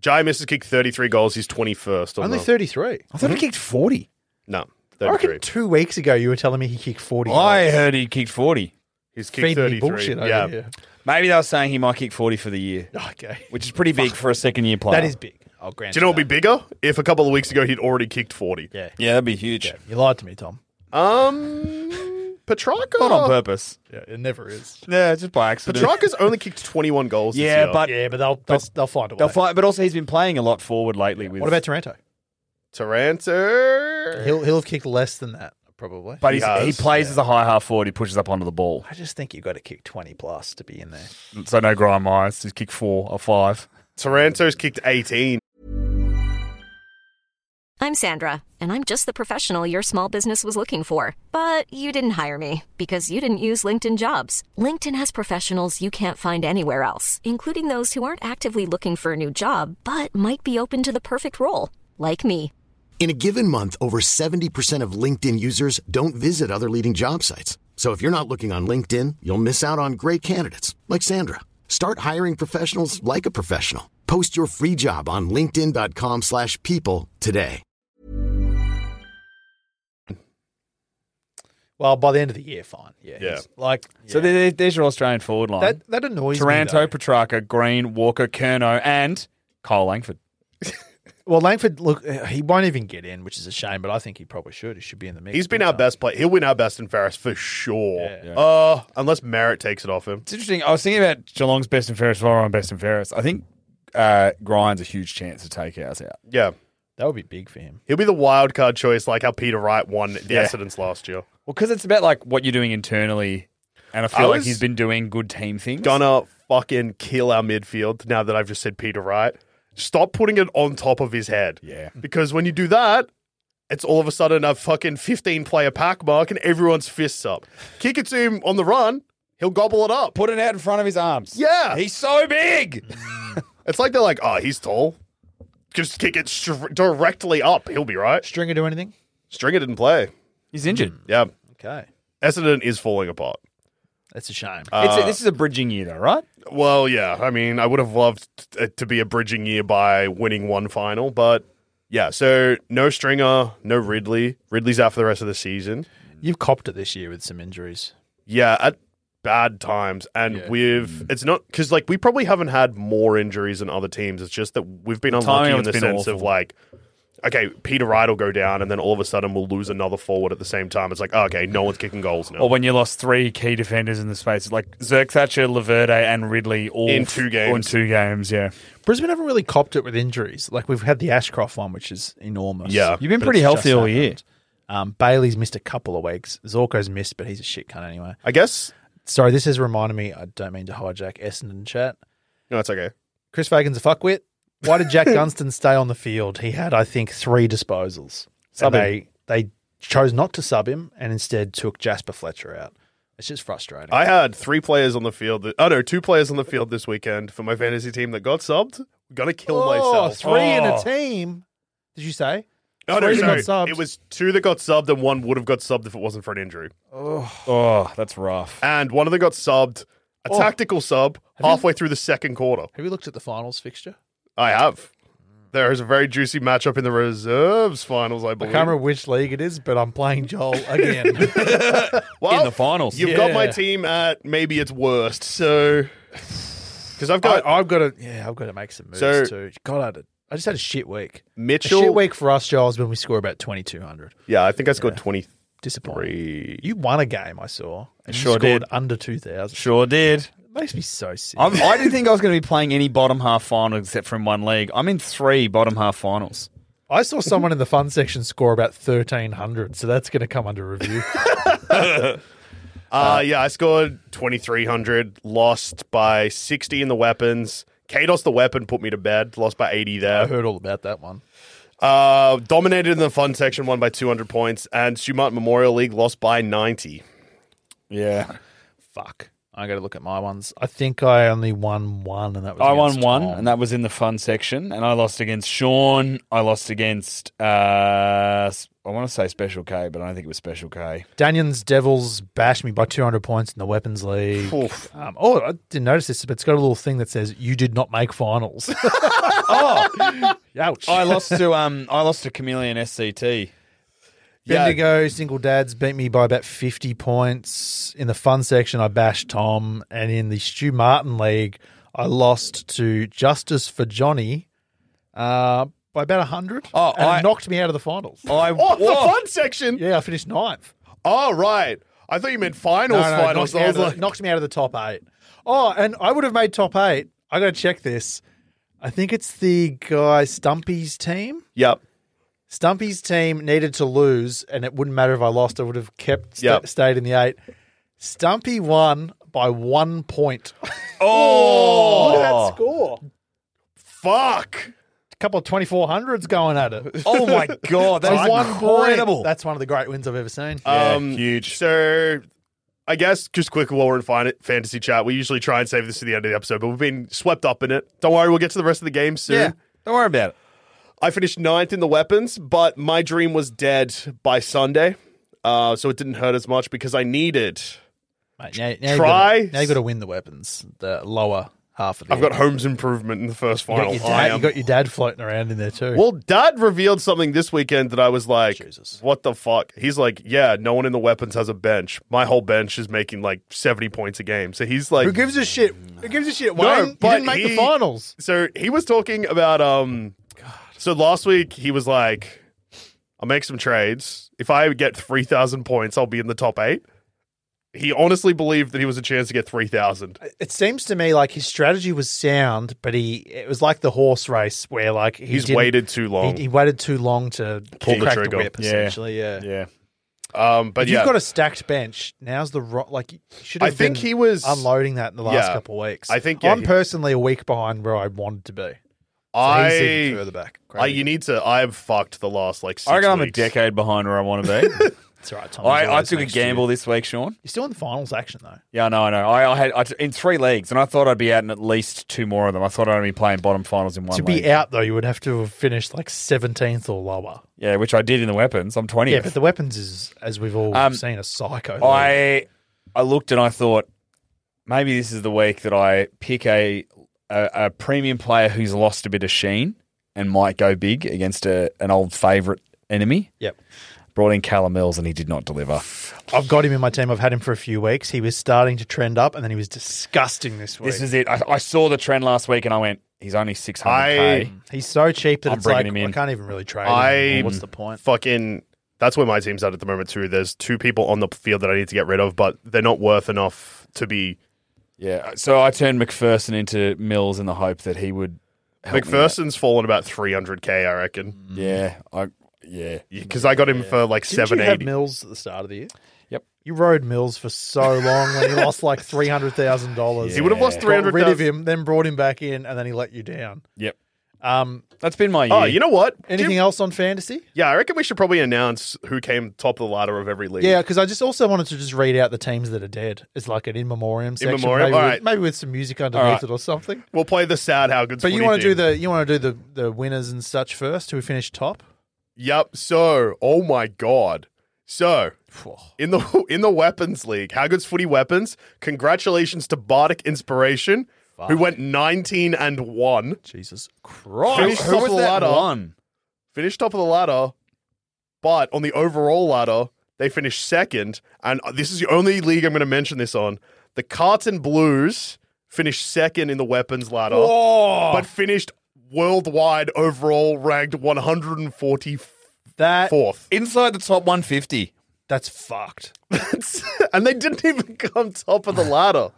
Jai Miss has kicked thirty three goals. He's twenty first.
Only
the,
thirty three.
I thought he kicked 40.
no
I
thirty three.
reckon two weeks ago you were telling me he kicked forty.
I heard he kicked 40.
He's kicked
feed me
thirty three.
bullshit. Over
Yeah,
here. (laughs)
Maybe they were saying he might kick 40 for the year,
okay,
which is pretty big for a second year player.
that is big. I'll grant.
Do you know what
that.
would be bigger? If a couple of weeks ago he'd already kicked 40.
Yeah.
Yeah, that'd be huge.
yeah, you lied to me, Tom.
Um, Petrarca.
Not on purpose.
Yeah, it never is.
Yeah, just by accident.
Petrarca's only kicked 21 goals this
yeah,
year.
but
Yeah, but they'll they'll, they'll find a way.
they'll fight. But also, he's been playing a lot forward lately. With
what about Toronto?
Taranto.
He'll he'll have kicked less than that probably.
But he's,
He
he
has,
plays as a high half forward. He pushes up onto the ball.
I just think you've got to kick twenty plus to be in there.
So no grind Myers. He's kicked four or five.
Taranto's kicked 18.
I'm Sandra, and I'm just the professional your small business was looking for. But you didn't hire me because you didn't use LinkedIn jobs. LinkedIn has professionals you can't find anywhere else, including those who aren't actively looking for a new job but might be open to the perfect role, like me.
In a given month, over 70% of LinkedIn users don't visit other leading job sites. So if you're not looking on LinkedIn, you'll miss out on great candidates like Sandra. Start hiring professionals like a professional. Post your free job on linkedin.com/people slash people today.
Well, by the end of the year, fine. Yeah,
Yeah.
he's- like
So
yeah.
there, there- there's your Australian forward line.
that that annoys me.
Taranto,
though.
Petrarca, Green, Walker, Kerno, and Kyle Langford.
Well, Langford, look, uh, he won't even get in, which is a shame. But I think he probably should. He should be in the mix.
He's been
big
our
time.
best player. He'll win our best in Ferris for sure.
Yeah.
Uh, unless Merritt takes it off him.
It's interesting. I was thinking about Geelong's best and fairest, Laura on best and fairest. I think uh, Grind's a huge chance to take ours out.
Yeah.
That would be big for him.
He'll be the wild card choice, like how Peter Wright won the
Yeah.
accidents last year.
Well, because it's about like what you're doing internally, and I feel
I
like
was
he's been doing good team things.
Gonna fucking kill our midfield now that I've just said Peter Wright. Stop putting it on top of his head.
Yeah.
Because when you do that, it's all of a sudden a fucking 15 player pack mark and everyone's fists up. Kick it to him on the run, he'll gobble it up.
put it out in front of his arms.
Yeah.
he's so big.
It's like they're like, oh, he's tall. Just kick it str- directly up. He'll be right.
Stringer do anything?
Stringer didn't play.
he's injured.
Yeah.
Okay,
Essendon is falling apart.
that's a shame.
Uh,
it's a, this is a bridging year, though, right?
Well, yeah. I mean, I would have loved it to be a bridging year by winning one final, but yeah. So no Stringer, no Ridley. Ridley's out for the rest of the season.
You've copped it this year with some injuries.
Yeah, at bad times, and
Mm.
we've it's not because like we probably haven't had more injuries than other teams. It's just that we've been unlucky
timing
in
of
the
it's been
sense of
awful.
like. Okay, Peter Wright will go down, and then all of a sudden we'll lose another forward at the same time. It's like, okay, no one's kicking goals now.
Or when you lost three key defenders in the space, like Zerk Thatcher, Laverde, and Ridley, all
In two
all in
games.
two games, yeah.
Brisbane haven't really copped it with injuries. Like we've had the Ashcroft one, which is enormous.
Yeah.
You've been
But
pretty
it's
healthy
just
all year.
happened. Um, Bailey's missed a couple of weeks. Zorko's missed, but he's a shit cunt anyway.
I guess
Sorry, this has reminded me. I don't mean to hijack Essendon chat.
no, it's okay.
Chris Fagan's a fuckwit. Why did (laughs) Jack Gunston stay on the field? He had, I think, three disposals.
Sub
and
him.
They, they chose not to sub him and instead took Jasper Fletcher out. It's just frustrating.
I had three players on the field. That, oh no, two players on the field this weekend for my fantasy team that got subbed. Gonna kill
oh,
myself.
three in a team. Did you say?
Oh, no,
three that
sorry.
got subbed.
It was two that got subbed and one would have got subbed if it wasn't for an injury.
Oh, that's rough.
And one of them got subbed, a
Oh.
tactical sub, halfway through the second quarter.
Have you looked at the finals fixture?
I have. There is a very juicy matchup in the reserves finals, I
I
believe.
can't remember which league it is, but I'm playing Joel (laughs) again.
Well,
in the finals.
You've got my
Yeah.
team at maybe its worst, so because
I,
I've
(laughs)
got
I've got to, yeah, I've got to make some moves
So-
too. God, I, had a- I just had a shit week.
Mitchell.
A shit week for us, Joel, is when we score about 2,200.
Yeah, I think I scored twenty
Disappointing.
three.
You won a game, I saw. And
Sure
you scored
did.
under 2,000.
Sure did.
It makes me so sick.
I'm, I didn't think I was going to be playing any bottom half final except for in one league. I'm in three bottom half finals.
I saw someone in the fun section score about 1,300, so that's going to come under (laughs) review.
Uh, yeah, I scored 2,300, lost by 60 in the weapons. Kados, the weapon, put me to bed, lost by 80
I
there.
heard all about that one.
Uh, dominated in the fun section, won by 200 points. And Sumont Memorial League lost by 90.
Yeah.
Fuck. I got to look at my ones. I think I only won one, and that was
I won
against
one,
Tom.
and that was in the fun section. And I lost against Sean. I lost against, uh, s- I want to say Special K, but I don't think it was Special K.
Daniels Devils bashed me by 200 points in the Weapons League. Um, oh, I didn't notice this, but it's got a little thing that says "You did not make finals." (laughs) oh, ouch!
I lost to um, I lost to Chameleon SCT.
Bendigo single dads beat me by about 50 points in the fun section. I bashed Tom, and in the Stu Martin League, I lost to Justice for Johnny uh, by about 100.
Oh,
and it
I-
knocked me out of the finals.
I
Oh, the
Whoa.
fun section?
yeah, I finished ninth.
Oh, right. I thought you meant finals,
knocked,
finals.
me
I
out of
was
the-
like,
knocked me out of the top eight. Oh, and I would have made top eight. I got to check this. I think it's the guy Stumpy's team.
yep.
Stumpy's team needed to lose, and it wouldn't matter if I lost. I would have kept sta-
Yep.
stayed in the eight. Stumpy won by one point.
Oh,
Look at that score.
Fuck.
A couple of twenty four hundreds going at it.
oh my
(laughs)
god,
By
that's
one
incredible.
Point. That's one of the great wins I've ever seen.
Yeah,
um,
huge.
So, I guess just quickly while we're in fin- fantasy chat, we usually try and save this to the end of the episode, but we've been swept up in it. Don't worry, we'll get to the rest of the game soon.
yeah, don't worry about it.
I finished ninth in the weapons, but my dream was dead by Sunday. Uh, so it didn't hurt as much because I needed.
Mate, now, now you've
try-
gotta- now you've got to win the weapons, the lower half of the.
I've got homes improvement in the first
You got
final.
your
I
dad, you
am-
got your dad floating around in there too.
well, Dad revealed something this weekend that I was like,
Jesus.
"What the fuck?" He's like, "Yeah, no one in the weapons has a bench. My whole bench is making like seventy points a game." So he's like,
Who gives a shit? Who gives a shit?
No,
Wayne, you
but
didn't make
he-
the finals.
So he was talking about um So last week he was like, "I'll make some trades. If I get three thousand points, I'll be in the top eight. He honestly believed that he was a chance to get three thousand.
It seems to me like his strategy was sound, but he it was like the horse race where like he
He's
didn't-
waited too long.
He, he waited too long to
Pull the
crack
trigger.
whip,
Yeah.
essentially. Yeah.
Yeah.
Um, but
If
yeah,
you've got a stacked bench, now's the ro- like. You should
I
have
think
been
he was-
unloading that in the last
Yeah.
couple of weeks.
I think, yeah,
I'm
he-
personally a week behind where I wanted to be. So he's even
I,
further back.
I you need to. I've fucked the last like. Six
I reckon I'm a
weeks.
decade behind where I (laughs) want to be.
It's all right, Tom.
I, I took a gamble this week, Sean.
You're still in the finals action though.
Yeah, no, I know. I, I had I t- in three leagues, and I thought I'd be out in at least two more of them. I thought I'd be playing bottom finals in one.
to
league.
be out though, you would have to have finished like 17th or lower.
yeah, which I did in the weapons. I'm 20.
Yeah, but the weapons is, as we've all
Um,
seen, a psycho.
I I looked and I thought maybe this is the week that I pick a a, a premium player who's lost a bit of sheen and might go big against a, an old favourite enemy.
yep.
Brought in Callum Mills and he did not deliver.
I've got him in my team. I've had him for a few weeks. He was starting to trend up, and then he was disgusting this week.
This is it. I, I saw the trend last week and I went, he's only 600k.
I-
He's so cheap that
I'm
it's
bringing
like
him in.
I can't even really trade.
I-
him. anymore. What's the point?
fucking that's where my team's at at the moment too. There's two people on the field that I need to get rid of, but they're not worth enough to be.
yeah, so I turned McPherson into Mills in the hope that he would help me out. Mm.
McPherson's fallen about 300k, I reckon,
Yeah, I yeah.
because I got him for like
Didn't you have
780.
Mills at the start of the year?
Yep.
You rode Mills for so long when he lost (laughs) like three hundred thousand dollars.
He would have lost
Got rid of
300.
him, then brought him back in, and then he let you down.
Yep.
Um,
That's been my year.
Oh, you know what?
anything else on fantasy?
Yeah, I reckon we should probably announce who came top of the ladder of every league.
Yeah, because I just also wanted to just read out the teams that are dead. It's like an in memoriam section,
memoriam?
maybe,
All
with,
right.
maybe with some music underneath
right.
it or something.
We'll play the sad how good.
But you want to do the you want to do the the winners and such first? Who finished top?
Yep. So, oh my god. So in the (laughs) in the weapons league, how good's footy weapons? Congratulations to Bardic Inspiration, who went 19 and one.
Jesus
Who-
Christ!
Finished
who
top
was
of the
that
ladder.
one?
finished top of the ladder, but on the overall ladder, they finished second. And this is the only league I'm going to mention this on. The Carton Blues finished second in the weapons ladder, but finished worldwide overall ranked 144th.
That
Inside the top 150.
that's fucked.
and they didn't even come top of the ladder.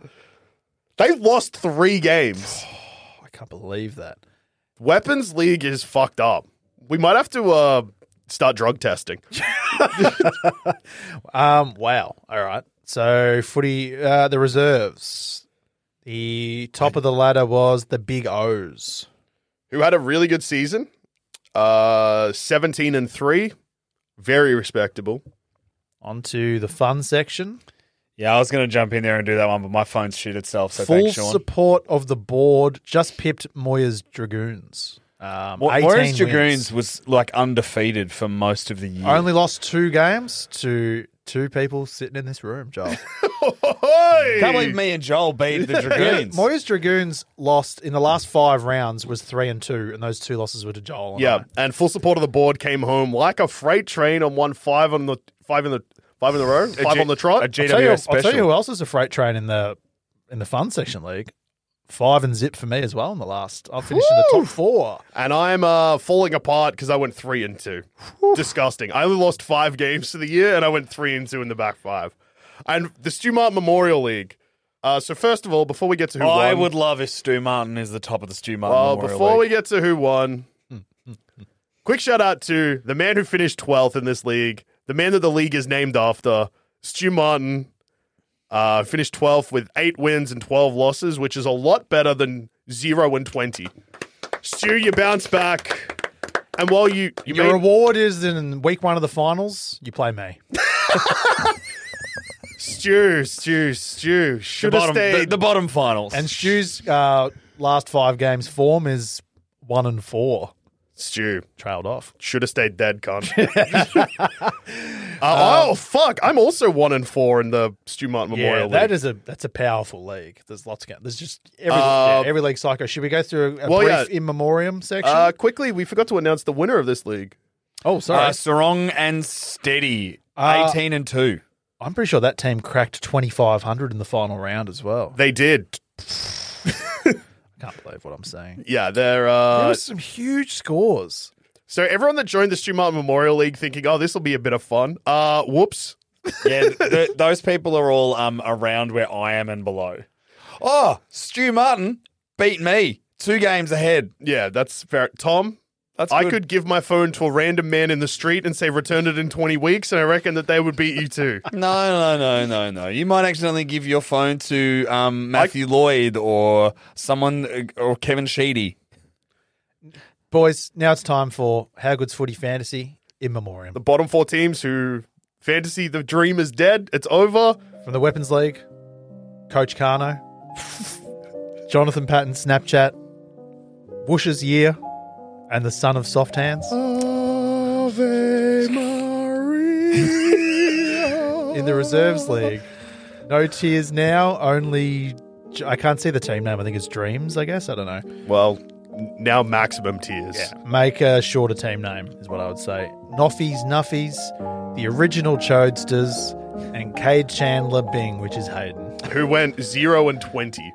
They've lost three games.
Oh, I can't believe that.
Weapons League is fucked up. We might have to uh, start drug testing.
Um. Wow. All right. So footy, uh, the reserves. The top of the ladder was the Big O's.
who had a really good season. Uh, 17 and 3. Very respectable.
Onto the fun section.
Yeah, I was going to jump in there and do that one, but my phone shit itself. So
Full
thanks, Sean.
support of the board. Just pipped Moyer's Dragoons. Um,
Wa-
18
Warriors
wins.
Dragoons was like undefeated for most of the year.
Only lost two games to two people sitting in this room,
(laughs)
Joel.
Can't believe me and Joel beat
(laughs)
the Dragoons.
Moyer's Dragoons lost in the last five rounds was three and two, and those two losses were to Joel. and I.
Yeah, and full support of the board came home like a freight train on one five on the five in the five in the row, five
G-
on the trot.
a G-
I'll tell, you,
GWS
I'll tell you
special.
who else is a freight train in the in the fun section league. Five and zip for me as well in the last. I finished in the top four.
and I'm uh, falling apart because I went three and two. Disgusting. I only lost five games to the year, and I went three and two in the back five. And the Stumart Memorial League. Uh, so first of all, before we get to who
I
won,
would love if Stu Martin is the top of the Stu Martin.
Well,
Memorial
Oh, before we
League.
get to who won, quick shout out to the man who finished 12th in this league, the man that the league is named after, Stu Martin. Uh, finished 12th with eight wins and 12 losses, which is a lot better than zero and 20. Stu, you bounce back. And while you, you
Your
made-
reward is in week one of the finals. You play me.
Stu, Stu, Stu,
the
should have
bottom,
stayed.
the, (laughs) the bottom finals.
And Stu's uh, last five games form is one and four.
Stu,
Trailed off.
should have stayed dead, cunt. (laughs) Uh, oh, fuck. I'm also one and four in the Stu Martin Memorial
Yeah,
League.
that is a that's a powerful league. There's lots of ga- there's just every
Uh,
yeah, every league psycho. Should we go through a
well,
brief
yeah.
in memoriam section?
Uh, quickly, we forgot to announce the winner of this league.
oh,
uh,
sorry,
Sarong and Steady,
Uh,
18 and 2.
I'm pretty sure that team cracked 2,500 in the final round as well.
They did.
I can't believe what I'm saying.
Yeah, they're.
there
Uh,
were some huge scores.
so everyone that joined the Stu Martin Memorial League thinking, oh, this will be a bit of fun. Uh, whoops.
Yeah, th- th- those people are all um, around where I am and below. Oh, Stu Martin beat me two games ahead.
Yeah, that's fair. Tom,
That's
I
good.
could give my phone to a random man in the street and say, return it in 20 weeks, and I reckon that they would beat you too.
No, no, no, no, no. You might accidentally give your phone to um, Matthew Lloyd or someone uh, or Kevin Sheedy.
Boys, now it's time for How Good's Footy Fantasy in Memoriam.
(laughs) the bottom four teams who fantasy the dream is dead, it's over.
From the Weapons League, Coach Carno, Jonathan Patton Snapchat, Bush's Year, and the son of Soft Hands.
Ave Maria.
In the Reserves League, no tears now, only. I can't see the team name. I think it's Dreams, I guess. I don't know.
well, n- now maximum tears.
Make a shorter team name, is what I would say. Noffies, Nuffies, the original Chodesters, and Cade Chandler Bing, which is Hayden.
Who went 0 and 20.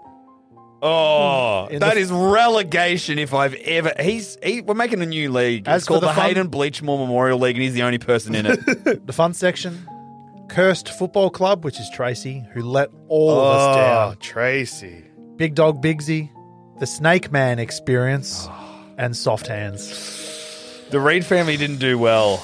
Oh, that
Hmm. In
is
the-
relegation if I've ever. He's he, we're making a new league.
As
it's
for
called
the
the,
fun-
Hayden Bleachmore Memorial League, and he's the only person
(laughs)
in it.
The fun section, Cursed Football Club, which is Tracy, who let all of
Ah.
us down.
Tracy.
Big Dog Bigsy, the Snake Man Experience,
Ah.
and Soft Hands.
the Reed family didn't do well.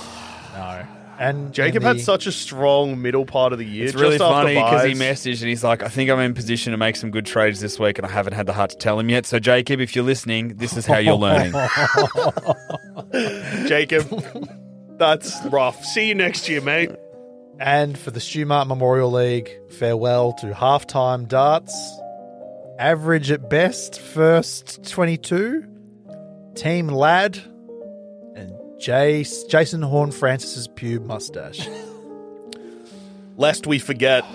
No. And
Jacob
in
had
the-
such a strong middle part of the year.
It's really
just after
funny because he
buys.
messaged and he's like, I think I'm in position to make some good trades this week, and I haven't had the heart to tell him yet. So, Jacob, if you're listening, this is how you're learning.
(laughs)
Uh,
Jacob, (laughs) that's rough. See you next year, mate.
And for the Schumart Memorial League, farewell to halftime darts. Average at best, first 22. Team Lad. And Jace, Jason Horn Francis's pube
(laughs)
mustache.
Lest we forget.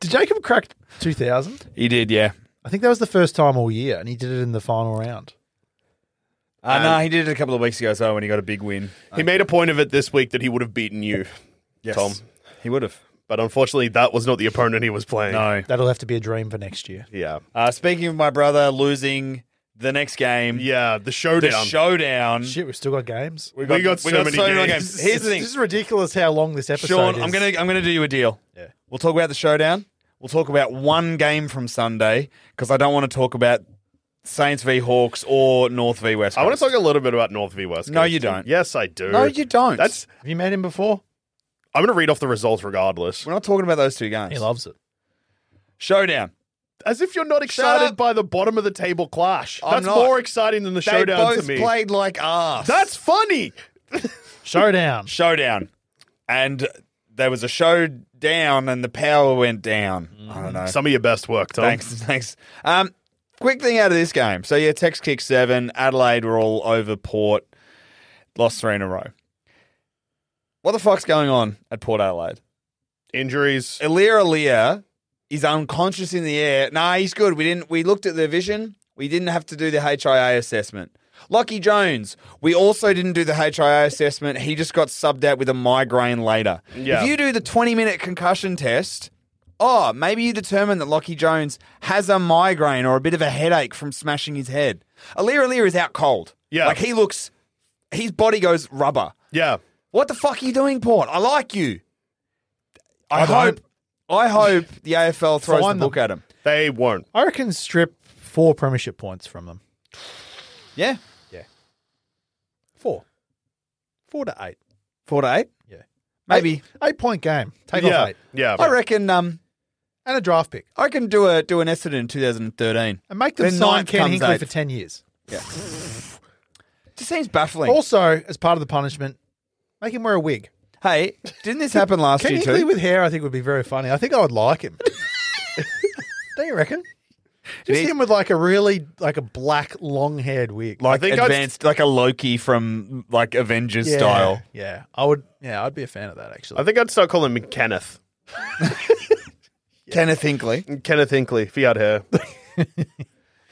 Did Jacob crack 2000?
he did, yeah.
I think that was the first time all year, and he did it in the final round.
Uh, no, he did it a couple of weeks ago as well when he got a big win.
He made a point of it this week that he would have beaten you, Tom.
He would have.
But unfortunately, that was not the opponent he was playing.
No.
That'll have to be a dream for next year.
Yeah.
Uh, speaking of my brother losing the next game,
Yeah, the
the
showdown.
showdown.
Shit, we've still got games.
we got, so, many
more
games.
Here's the thing,
This is ridiculous how long this episode
Sean.
is.
I'm gonna I'm gonna do you a deal.
Yeah.
We'll talk about the showdown. We'll talk about one game from Sunday because I don't want to talk about Saints v Hawks or North v West.
I want to
Coast.
talk a little bit about North v West.
No,
Coast.
you don't.
Yes, I do.
No, you don't.
That's.
Have you met him before?
I'm going to read off the results regardless.
We're not talking about those two games.
He loves it.
showdown.
As if you're not excited
up.
by the bottom of the table clash.
I'm
That's
not.
more exciting than the showdown
they
to
both
me.
played like ass.
That's funny.
Showdown.
showdown, and there was a showdown, and the power went down. I don't know.
Some of your best work, Tom.
Thanks, thanks. Um, quick thing out of this game. So yeah, Tex kick seven. Adelaide were all over Port. Lost three in a row. What the fuck's going on at Port Adelaide?
Injuries.
Alir Alir is unconscious in the air. Nah, he's good. We didn't. We looked at the vision. We didn't have to do the HIA assessment. Lockie Jones. We also didn't do the HIA assessment. He just got subbed out with a migraine later.
Yeah.
If you do the 20 minute concussion test, oh, maybe you determine that Lockie Jones has a migraine or a bit of a headache from smashing his head. Alir Alir is out cold.
Yeah.
Like he looks, his body goes rubber.
Yeah.
What the fuck are you doing, Port? I like you. I,
I
hope. I hope the AFL throws
Fine
the book at him.
They won't.
I reckon strip four premiership points from them.
Yeah,
Four. Four to eight.
four to eight.
Yeah.
maybe.
Eight, eight point game. Take
yeah.
off eight.
Yeah.
I reckon. Um,
And a draft pick.
I can do a do an Essendon in 2013.
And make them
Then
sign
ninth
Ken
comes
Hinkley
eighth.
for 10 years.
Just seems baffling.
Also, as part of the punishment, make him wear a wig.
hey, didn't
(laughs)
this happen last
Ken
year
Hinkley
too?
with hair, I think, would be very funny. I think I would like him. (laughs) Don't you reckon? Just
Nick-
him with like a really, like a black, long haired wig.
I
like
think I'd-
advanced, like a Loki from like Avengers style.
Yeah. I would, yeah, I'd be a fan of that actually.
I think I'd start calling him Kenneth.
Kenneth Hinkley. (laughs)
Kenneth Inkley, if he had hair.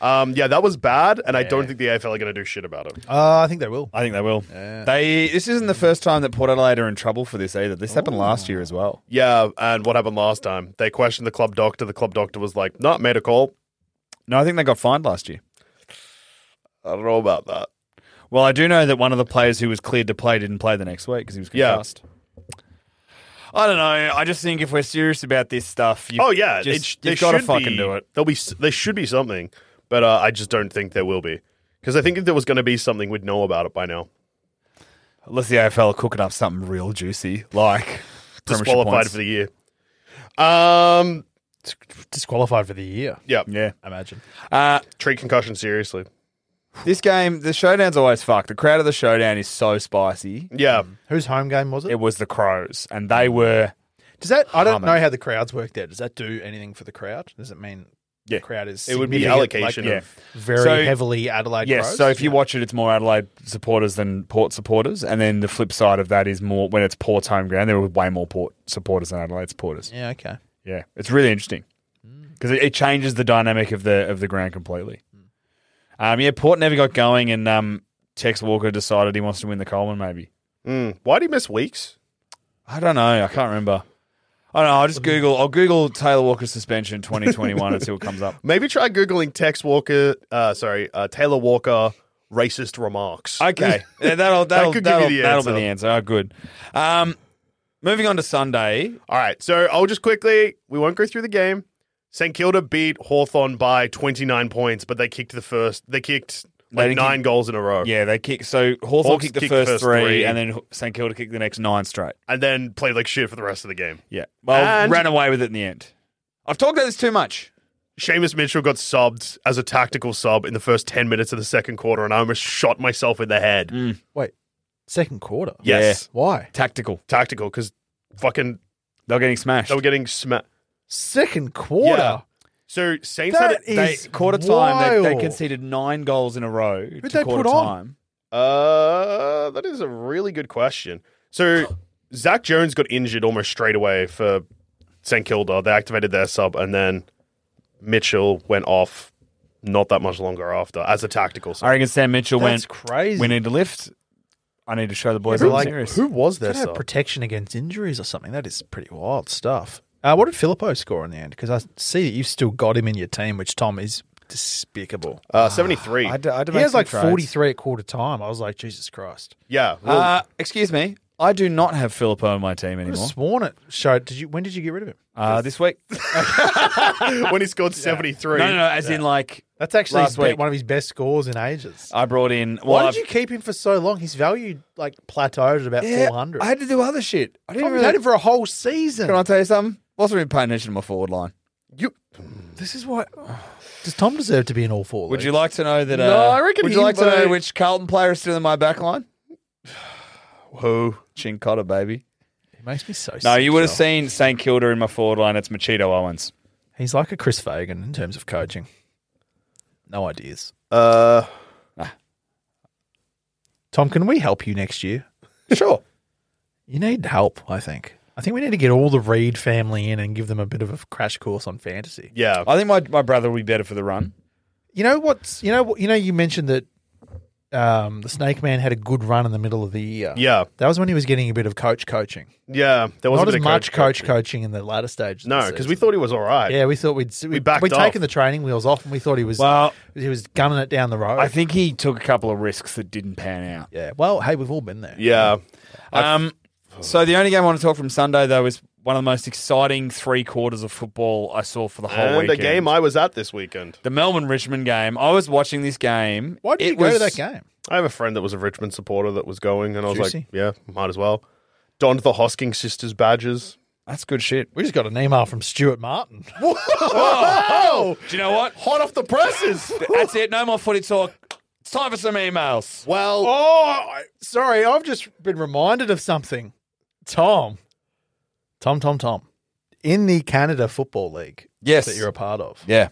Um, yeah, that was bad, and I don't
Yeah.
think the AFL are going to do shit about it.
Uh, I think they will.
I think they will. They this isn't the first time that Port Adelaide are in trouble for this either. This happened last year as well.
Yeah, and what happened last time? They questioned the club doctor. The club doctor was like, "Not made a call."
No, I think they got fined last year.
I don't know about that.
Well, I do know that one of the players who was cleared to play didn't play the next week because he was
Yeah.
concussed. I don't know. I just think if we're serious about this stuff, you
oh yeah, it sh-
just,
they
you've got to
should
fucking
be-
do it.
There'll be s- there should be something, but uh, I just don't think there will be because I think if there was going to be something, we'd know about it by now.
Unless the AFL are cooking up something real juicy,
(laughs)
like premiership
Disqualified
points.
for the year. Um,
Disqualified for the year.
yeah,
yeah.
I imagine.
Uh,
treat concussion seriously.
this game, the showdown's always fucked. The crowd of the showdown is so spicy.
Yeah,
Mm-hmm.
Whose home game was it?
It was the Crows, and they were
Does that? I don't
Harmon.
know how the crowds work there. Does that do anything for the crowd? Does it mean
Yeah.
the crowd is?
it would be the
significant,
allocation
like,
yeah.
of
very
So-
heavily Adelaide.
Yes,
Crows?
so if you watch it, it's more Adelaide supporters than Port supporters, and then the flip side of that is more when it's Port's home ground. There were way more Port supporters than Adelaide supporters.
yeah, okay.
Yeah, it's really interesting because it, it changes the dynamic of the of the ground completely. Um, yeah, Port never got going, and um, Tex Walker decided he wants to win the Coleman. Maybe
Mm. Why do you miss weeks?
I don't know. I can't remember. I don't know. I'll just Google. I'll Google Taylor Walker (laughs) suspension twenty twenty one and see what comes (laughs) up.
Maybe try googling Tex Walker. Uh, sorry, uh, Taylor Walker racist remarks.
Okay, Yeah, that'll
That
that'll
could give
that'll,
you the
that'll be
answer.
the answer. Oh, good. Um, moving on to Sunday.
(laughs) All right, so I'll just quickly. We won't go through the game. St Kilda beat Hawthorn by 29 points, but they kicked the first. They kicked
They
like
didn't
nine goals in a row.
Yeah, they kick. So Hawthorn
Hawks
kicked the
kicked
first,
first
three,
three.
and then St Kilda kicked the next nine straight.
and then played like shit for the rest of the game.
Yeah, well,
And-
ran away with it in the end. I've talked about this too much.
Seamus Mitchell got subbed as a tactical sub in the first 10 minutes of the second quarter, and I almost shot myself in the head.
Mm.
Wait, second quarter.
Yes,
Why?
Tactical.
tactical because fucking
They're getting smashed.
they were getting smacked.
Second quarter.
Yeah. So Saints
That
had
is-
they, quarter time, they, they
wild.
conceded nine goals in a row. to
they
quarter
put on?
time.
Uh, that is a really good question.
(laughs)
So Zach Jones got injured almost straight away for St Kilda. They activated their sub, and then Mitchell went off not that much longer after as a tactical
I
sub.
reckon Sam Mitchell
That's
went.
crazy.
We need to lift. I need to show the boys
Who-
I'm
like,
serious.
Who was their
Could have
sub?
protection against injuries or something. That is pretty wild stuff. Uh, what did Filippo score in the end? Because I see that you've still got him in your team, which Tom is despicable.
Uh, Seventy three.
I had to- I had to
He
make
has
some
like
trades.
43 at quarter time. I was like, Jesus Christ.
Yeah. well,
Uh, excuse me. I do not have Filippo on my team
I could have
anymore.
sworn it showed. Did you? When did you get rid of him?
Uh, this week?
(laughs) when he scored seventy
No,
three.
(laughs) no, no. As in, like,
That's actually
Last
his be-
week.
one of his best scores in ages.
I brought in. Uh, Well,
Why
I've-
did you keep him for so long? His value like plateaued at about
Yeah,
400.
I had to do other shit. I didn't
Tom,
really.
had him for a whole season.
Can I tell you something? Wasn't even paying attention to my forward line.
You,
This is
(sighs)
why. Does Tom deserve to be an all four?
Would you like to know that? Uh,
No, I reckon
Would you
he
like to know
might-
which Carlton player is still in my back (sighs) line?
who?
Chincotta, baby.
It makes me so.
No,
sick,
you would have
Joel.
seen St Kilda in my forward line. It's Machito Owens.
He's like a Chris Fagan in terms of coaching. No ideas.
Uh,
Tom, can we help you next
(laughs)
year?
Sure.
You need help, I think. I think we need to get all the Reed family in and give them a bit of a crash course on fantasy.
yeah.
I think my, my brother will be better for the run.
You know what's you know what you know you mentioned that um, the Snake Man had a good run in the middle of the year.
Yeah.
That was when he was getting a bit of coach coaching.
Yeah. There wasn't
Not
a bit
as
of
much coach
coaching.
coaching. in the latter stages. of
No,
the
because we
season.
thought he was all right.
Yeah, we thought we'd we
backed
would
off.
taken the training wheels off and we thought he was
Well-
he was gunning it down the road.
I think he took a couple of risks that didn't pan out.
yeah. Well, hey, we've all been there.
Yeah.
Um, (sighs) so the only game I want to talk from Sunday though is one of the most exciting three quarters of football I saw for the whole
And the
weekend.
game I was at this weekend.
the Melbourne Richmond game. I was watching this game.
Why did
It
you go
was-
to that game?
I have a friend that was a Richmond supporter that was going, and I was like,
Juicy.
yeah, might as well. Donned the Hosking sisters badges.
That's good shit.
We just got an email from Stuart Martin.
Oh, do you know what?
Hot off the presses.
That's it. No more footy talk. It's time for some emails.
well,
Oh, I- sorry. I've just been reminded of something. Tom, Tom, Tom, Tom, in the Canada Football League
Yes.
that you're a part of.
Yeah.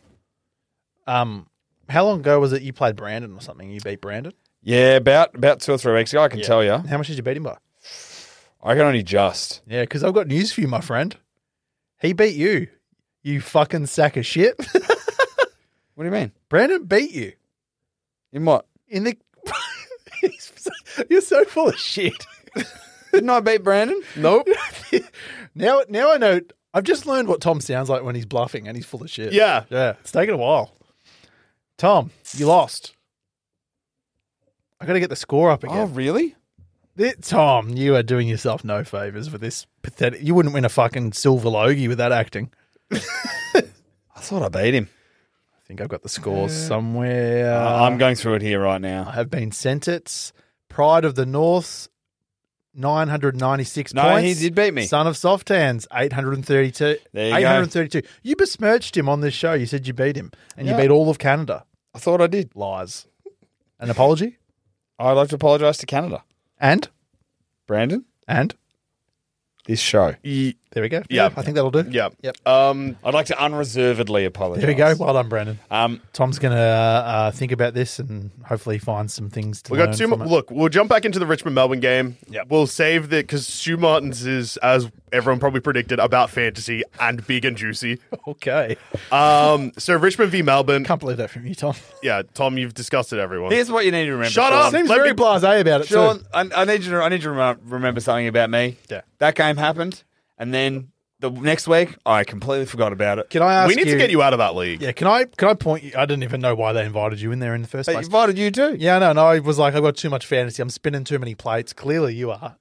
Um, how long ago was it you played Brandon or something? You beat Brandon.
Yeah, about about two or three weeks ago, I can tell you.
How much did you beat him by?
I can only just.
Yeah, because I've got news for you, my friend. He beat you. You fucking sack of shit.
What do you mean?
(laughs) Brandon beat you
In what?
in the. (laughs) He's so- You're so full of shit.
Didn't I beat Brandon?
Nope.
(laughs) now, now I know. I've just learned what Tom sounds like when he's bluffing and he's full of shit.
Yeah.
yeah. It's taken a while. Tom, you lost. I got to get the score up again.
Oh, really?
Th- Tom, you are doing yourself no favors with this pathetic. You wouldn't win a fucking silver logie with that acting.
I thought I beat him.
I think I've got the score somewhere.
I- Uh, I'm going through it here right
I
now.
have been sent it. Pride of the North, 996
No,
points.
he did beat me.
Son of Soft Hands, 832.
There you go.
832. You besmirched him on this show. You said you beat him, and
Yeah.
you beat all of Canada.
I thought I did.
Lies. An apology?
I'd like to apologise to Canada.
And?
Brandon,
And?
this show.
Y-
There we go.
Yeah.
I think that'll do.
Yeah.
Yep.
Um,
I'd like to unreservedly apologise.
There we go. Well done, Brandon.
Um,
Tom's going to uh, uh, think about this and hopefully find some things to
we got
learn
two.
from
Mo-
it.
look, we'll jump back into the Richmond Melbourne game.
Yep.
We'll save that because Stu Martin's is, as everyone probably predicted, about fantasy and big and juicy.
Okay.
Um, so Richmond v Melbourne.
Can't believe that from you, Tom.
Yeah, Tom, you've discussed it, everyone.
here's what you need to remember.
Shut
Sean.
up!
Seems
Um, let
very
me-
blasé about it, too.
Sean, I, I need you to, I need you to remem- remember something about me.
Yeah.
That game happened, and then the next week, I completely forgot about it.
Can I ask
we need
you,
to get you out of that league.
Yeah, can I can I point you? I didn't even know why they invited you in there in the first
They
place.
invited you too.
Yeah, no, no. I was like, I've got too much fantasy. I'm spinning too many plates. Clearly, you are.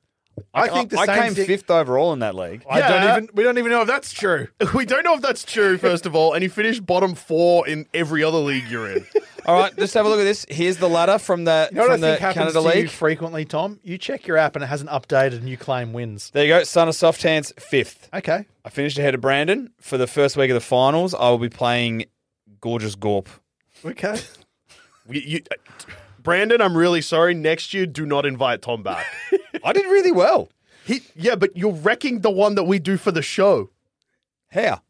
I, think the
I
same
came
thing-
fifth overall in that league.
I
Yeah.
don't even. We don't even know if that's true.
(laughs) We don't know if that's true, first of all, and you finished bottom four in every other league you're in.
All right, just have a look at this. Here's the ladder from the
You know what I
from the
think happens
Canada
to you
League.
frequently, Tom? You check your app and it hasn't updated, and you claim wins.
There you go. Son of Soft Hands, fifth.
Okay,
I finished ahead of Brandon for the first week of the finals. I will be playing Gorgeous Gorp.
okay.
We- you- uh, Brandon, I'm really sorry. Next year, do not invite Tom
(laughs)
back.
I did really well.
he, yeah, but you're wrecking the one that we do for the show
How?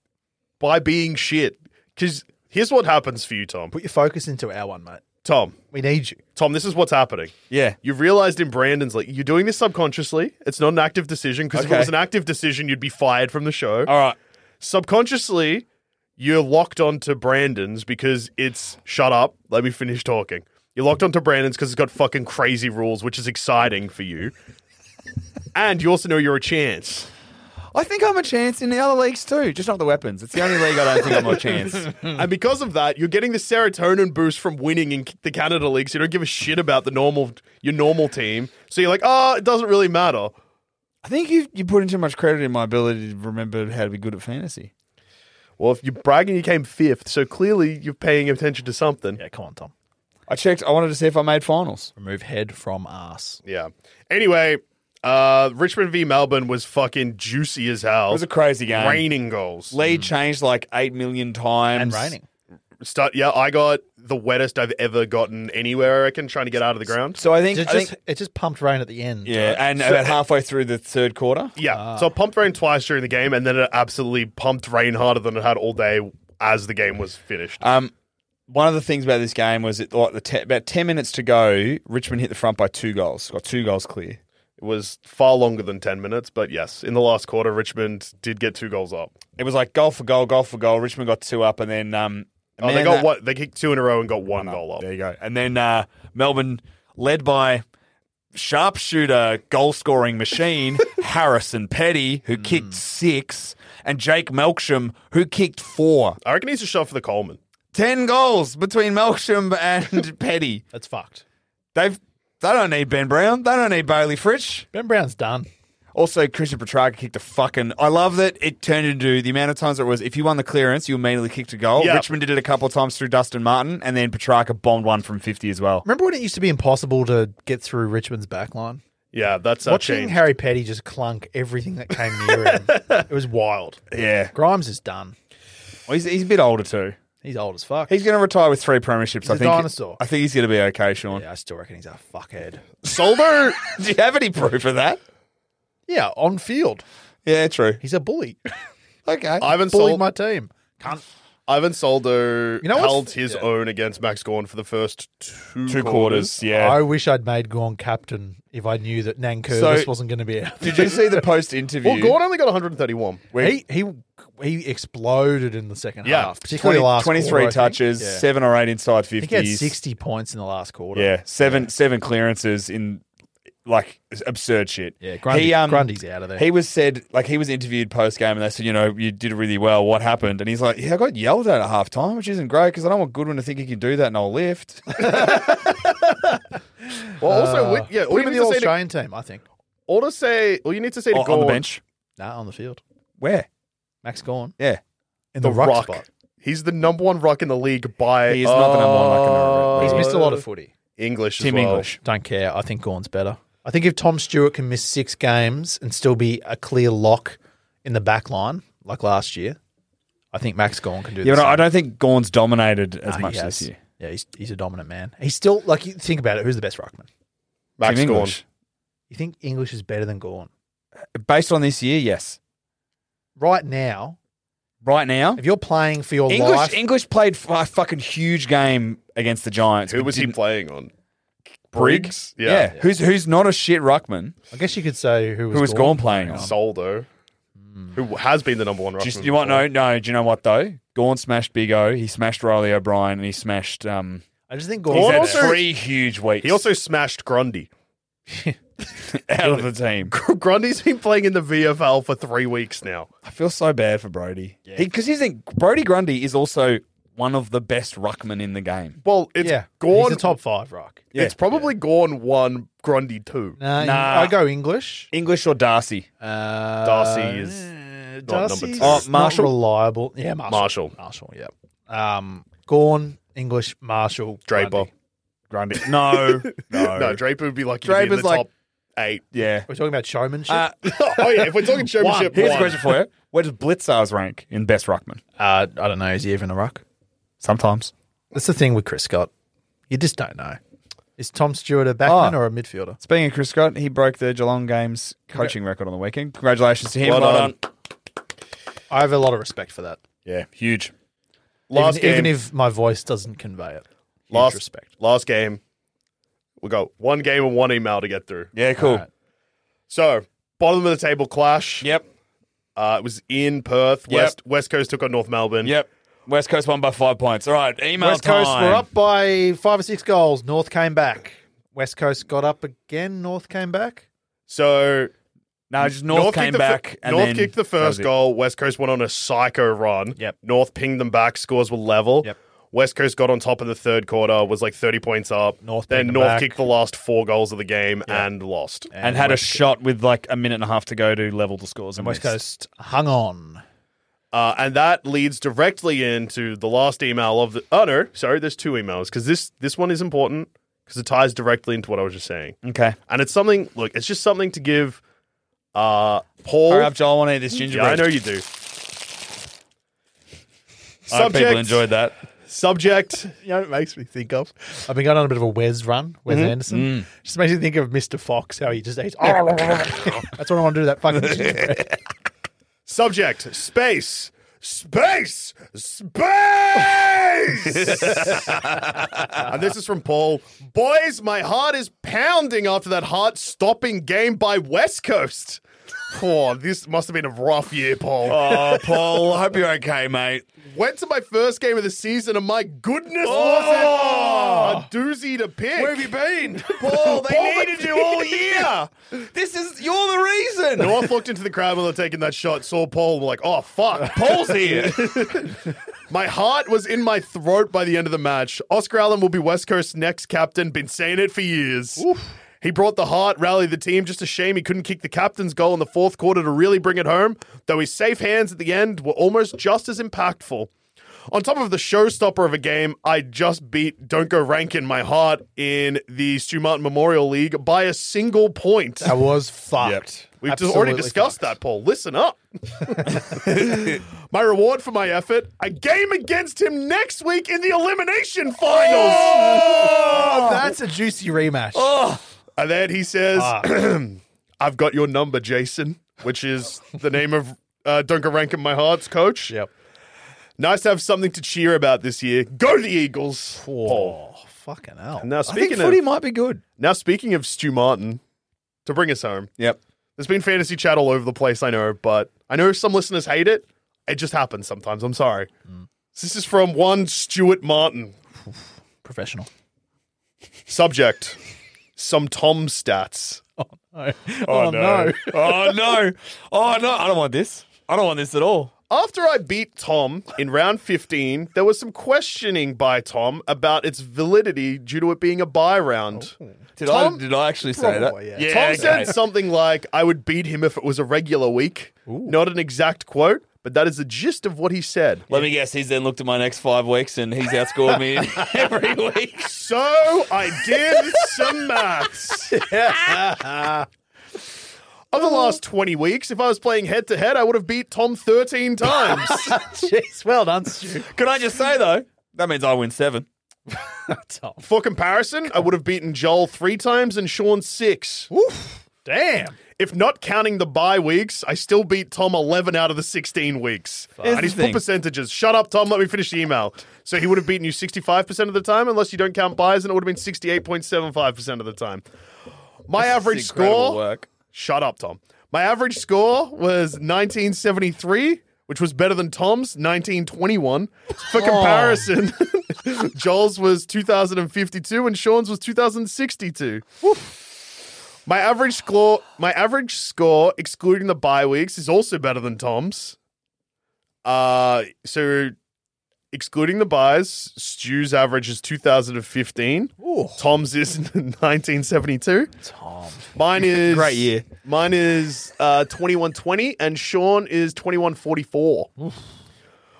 by being shit. Because here's what happens for you,
(laughs)
Tom.
Put your focus into our one, mate.
Tom,
We need you.
Tom, this is what's happening.
Yeah.
You've realized in Brandon's like you're doing this subconsciously. It's not an active decision because if
Okay.
it was an active decision, you'd be fired from the show.
All right.
Subconsciously, you're locked onto Brandon's because it's shut up. Let me finish talking. You're locked onto Brandon's because it's got fucking crazy rules, which is exciting for you. and you also know you're a chance.
I think I'm a chance in the other leagues too, just not the weapons. It's the only league I don't think I'm a chance.
(laughs)
and because of that, you're getting the serotonin boost from winning in the Canada League. So you don't give a shit about the normal your normal team. So you're like, oh, it doesn't really matter.
I think you you put in too much credit in my ability to remember how to be good at fantasy.
Well, if you're bragging, you came fifth. So clearly, you're paying attention to something.
Yeah, come on, Tom.
I checked. I wanted to see if I made finals.
Remove head from ass.
Yeah. Anyway, uh, Richmond v Melbourne was fucking juicy as hell.
It was a crazy game.
Raining goals.
Lead changed like eight million
And
times.
raining.
Start, yeah, I got the wettest I've ever gotten anywhere. I reckon trying to get out of the ground.
So I think,
It
I
just
think
it just pumped rain at the end.
yeah, and about halfway through the third quarter.
Yeah, so it pumped rain twice during the game, and then it absolutely pumped rain harder than it had all day as the game was finished.
Um, one of the things about this game was it like the te- about ten minutes to go, Richmond hit the front by two goals, got two goals clear.
It was far longer than ten minutes, but yes, in the last quarter, Richmond did get two goals up.
It was like goal for goal, goal for goal. Richmond got two up, and then um,
Oh, they
man,
got
that-
what they kicked two in a row and got one
no,
goal up.
There you go. And then uh, Melbourne, led by sharpshooter goal scoring (laughs) machine Harrison Petty, who kicked six, and Jake Melksham, who kicked four.
I reckon he's a shot for the Coleman.
Ten goals between Melksham and Petty.
that's fucked.
They've they don't need Ben Brown. They don't need Bailey Fritsch.
Ben Brown's done.
Also, Christian Petrarca kicked a fucking. I love that it turned into the amount of times it was. If you won the clearance, you immediately kicked a goal.
Yeah.
Richmond did it a couple of times through Dustin Martin, and then Petrarca bombed one from fifty as well.
Remember when it used to be impossible to get through Richmond's back line?
Yeah, that's that
Watching
changed.
Harry Petty just clunk everything that came near him, it was wild.
Yeah,
Grimes is done.
Well, he's, he's a bit older too.
He's old as fuck.
He's going to retire with three premierships.
He's
I
a
think.
dinosaur.
I think he's going to be okay, Sean.
yeah, I still reckon he's a fuckhead.
Soldo
(laughs) Do you have any proof of that?
Yeah, on field.
Yeah, true.
He's a bully.
Okay.
Ivan
Bullied
Sol-
my team. Cunt.
Ivan Soldo
You know what's-
held his own against Max Gorn for the first two,
Two quarters. Yeah.
I wish I'd made Gorn captain if I knew that Nan Curvis
So-
wasn't going to be out.
Did you see the post interview?
Well, Gorn only got 131.
where-
He, he he exploded in the second
Yeah.
half, particularly
20
last
23
quarter, I think.
touches,
Yeah.
seven or eight inside
I
50s.
think he had sixty points in the last quarter.
Yeah, seven seven clearances in like absurd shit.
Yeah, Grundy-
um,
um,
Grundy's out of there.
He was said like he was interviewed post game, and they said, you know, you did really well. What happened? And he's like, yeah, I got yelled at at half time, which isn't great because I don't want Goodwin to think he can do that, and I'll
(laughs)
lift.
Well, also,
Uh,
we- yeah, all
Put
you,
him in
need
Uh, the
to say to,
Australian team, I think.
all to say, all you need to say to
on, on the
Gorn-
bench,
Nah, on the field.
where?
Max Gorn
Yeah,
in
the,
the,
ruck.
spot.
He's the number one ruck in the league by.
He is not the number one ruck in the league.
He's missed a lot of
foot.
footy.
English. as
Tim
well.
English.
Don't care. I think Gorn's better. I think if Tom Stewart can miss six games and still be a clear lock in the back line like last year, I think Max Gorn can do. the
Yeah, but I
same.
don't think Gorn's dominated as
Ah,
Nah,
much
he
this
has.
year.
Yeah, he's, he's a dominant man. He's still like you think about it. Who's the best ruckman?
Max
Tim
Gorn.
English.
You think English is better than Gorn
Based on this year, yes.
right now?
Right now,
If you're playing for your
English
life,
English played f- a fucking huge game against the Giants.
Who
but
was he
didn't-
playing on?
Briggs?
Yeah.
Yeah. Who's who's not a shit ruckman?
I guess you could say who was
Who was Gorn playing on?
Soldo, who has been the number one ruck.
Hmm. Just, you want no no? Do you know what though? Gorn smashed Big O. He smashed Riley O'Brien, and he smashed. Um,
I just think
he's
Gorn.
Gorn
had
also-
three huge weeks.
He also smashed Grundy. (laughs)
out of the team.
Grundy's been playing in the VFL for three weeks now.
I feel so bad for Brody because he's in, Brody Grundy is also one of the best ruckmen in the game.
Well, it's
yeah,
Gorn.
he's a top five rock.
Yeah.
It's probably Gorn one, Grundy two.
Nah,
Nah.
I go English.
English or Darcy?
Uh,
Darcy is
eh,
not number
Darcy's
two.
Oh,
not
Marshall?
reliable. Yeah, Marshall.
Marshall.
Marshall. Yeah. Um, Gorn, English, Marshall,
Draper.
Grundy.
Grundy?
(laughs)
No, no,
No, Draper would be lucky to be in
Draper's
the
like-
top eight.
yeah.
We're talking about showmanship.
Uh,
(laughs) oh yeah, if we're talking championship,
here's a
one.
question for you: Where does Blitzar's rank in best ruckman?
Uh, I don't know. Is he even a ruck?
Sometimes.
That's the thing with Chris Scott. You just don't know. Is Tom Stewart a backman
Oh.
or a midfielder?
Speaking of Chris Scott, he broke the Geelong Games coaching record on the weekend. Congratulations to him.
Well done.
I have a lot of respect for that.
Yeah, huge.
Last
even, even
game,
if my voice doesn't convey it. Huge
last
respect.
Last game, we got one game and one email to get through.
Yeah, cool.
right.
So bottom of the table clash.
Yep,
Uh, it was in Perth.
Yep.
West West Coast took on North Melbourne.
yep. West Coast won by five points. All right, email
West
time.
Coast were up by five or six goals. North came back. West Coast got up again. North came back.
So
No, just North, came
kicked the fir-
back. and
North
then
kicked the
that was
first
it.
goal. West Coast went on a psycho run.
Yep.
North pinged them back. Scores were level.
Yep.
West Coast got on top in the third quarter. Was like thirty points up.
North
then
pinged them
North
back.
kicked the last four goals of the game and lost.
And, had a shot with like a minute and a half to go to level the scores. And
West
missed.
Coast hung on.
Uh, and that leads directly into the last email of the. Oh no, sorry. There's two emails because this this one is important because it ties directly into what I was just saying.
Okay.
And it's something. Look, it's just something to give. Uh, Paul.
Hurry up, Joel. I want to eat this
yeah,
gingerbread.
I know you do.
I hope people enjoyed that.
Subject.
You know, what it makes me think of. I've been going on a bit of a Wes run, Wes
Mm-hmm.
Anderson.
Mm.
Just makes me think of Mr. Fox, how he just
(laughs)
eats. That's what I want to do. That fucking. gingerbread.
Subject. Space. Space. (laughs) Space. and this is from Paul. Boys, my heart is pounding after that heart-stopping game by West Coast. Oh, this must have been a rough year, Paul.
Oh, Paul, I hope you're okay, mate.
Went to my first game of the season, and my goodness, was it a doozy to pick. Oh! Where have you (laughs) been, Paul? They needed you all year.
This is (laughs) you're the reason.
North looked into the crowd while they're taking that shot, saw Paul, and were like, oh, fuck, Paul's here. my heart was in my throat by the end of the match. Oscar Allen will be West Coast's next captain, been saying it for years. He brought the heart, rallied the team. Just a shame he couldn't kick the captain's goal in the fourth quarter to really bring it home, though his safe hands at the end were almost just as impactful. On top of the showstopper of a game, I just beat Don't Go Rankin, my heart, in the Stu Martin Memorial League by a single point.
That was fucked.
We've just already
Absolutely
discussed
fucked.
that, Paul. Listen up. my reward for my effort a game against him next week in the elimination finals.
That's a juicy rematch.
Oh.
and then he says,
Fuck.
(clears throat) I've got your number, Jason, which is the name of uh, Duncan Rankin, my heart's coach.
Yep.
Nice to have something to cheer about this year. Go the Eagles. Paul.
Oh, fucking hell.
Now,
I think
speaking,
footy
of,
might be good.
now, speaking of Stu Martin, to bring us home,
Yep.
There's been fantasy chat all over the place, I know, but I know some listeners hate it. It just happens sometimes. I'm sorry. This is from one Stuart Martin.
Professional.
Subject: Some Tom stats.
Oh,
(laughs) oh no! Oh no! I don't want this. I don't want this at all.
After I beat Tom in round 15, there was some questioning by Tom about its validity due to it being a buy round.
Did
Tom-
I did I actually say
Probably,
that?
yeah.
Tom
okay.
said something like, I would beat him if it was a regular week. Not an exact quote, but that is the gist of what he said.
Let me guess. He's then looked at my next five weeks and he's outscored me (laughs) every week.
So I did some (laughs) maths. Over the last 20 weeks, if I was playing head to head, I would have beat Tom 13 (laughs) times.
(laughs) Jeez, well done, Stu.
Can I just say though? That means I win seven.
Tom.
For comparison, I would have beaten Joel three times and Sean six.
Damn.
If not counting the bye weeks, I still beat Tom 11 out of the 16 weeks.
Here's
And
the
he's put
thing.
percentages. Shut up, Tom. Let me finish the email. So he would have beaten you 65% of the time, unless you don't count buys, and it would have been 68.75% of the time. My average
It's incredible
score.
Work.
Shut up, Tom. My average score was 1973, which was better than Tom's 1921.
Oh.
For comparison, (laughs) Joel's was 2052 and Sean's was 2062. My average score, my average score excluding the bye weeks is also better than Tom's. Uh so excluding the buys, Stu's average is 2015. Tom's is (laughs) 1972.
Tom.
Mine is
Great year.
Mine is uh, twenty one twenty, and Sean is twenty one forty four.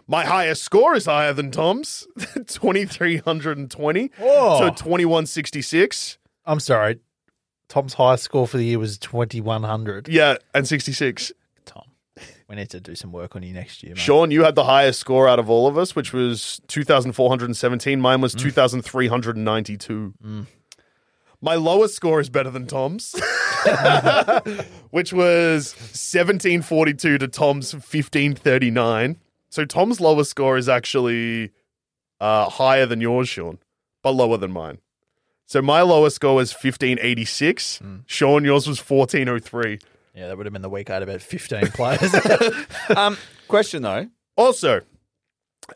My highest score is higher than Tom's, (laughs) twenty three hundred and twenty.
Oh.
So twenty one sixty six.
I'm sorry. Tom's highest score for the year was 2100.
Yeah, and sixty six.
Tom, we need to do some work on you next year, mate.
Sean, you had the highest score out of all of us, which was two thousand four hundred and seventeen. Mine was two thousand three hundred and ninety two. My lowest score is better than Tom's, (laughs) which was 1742 to Tom's 1539. So Tom's lowest score is actually uh, higher than yours, Sean, but lower than mine. So my lowest score was 1586. Sean, yours was 1403.
Yeah, that would have been the week I had about 15 players.
(laughs) Um, question though.
Also,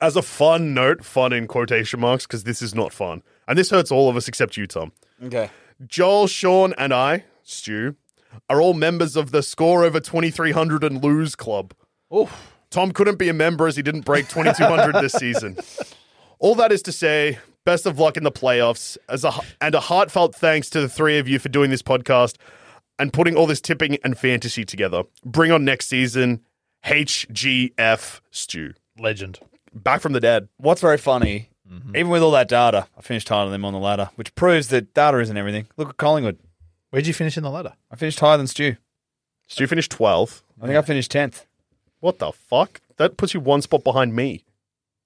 as a fun note, fun in quotation marks, because this is not fun. And this hurts all of us except you, Tom.
Okay.
Joel, Sean, and I, Stu, are all members of the Score Over 2300 and Lose Club.
Oof.
Tom couldn't be a member as he didn't break 2200 this season. All that is to say, best of luck in the playoffs, as a, and a heartfelt thanks to the three of you for doing this podcast and putting all this tipping and fantasy together. Bring on next season, HGF Stu.
Legend.
Back from the dead.
What's very funny, even with all that data, I finished higher than them on the ladder, which proves that data isn't everything. Look at Collingwood.
Where'd you finish in the ladder?
I finished higher than Stu.
Stu finished 12th.
I think I finished tenth.
What the fuck? That puts you one spot behind me.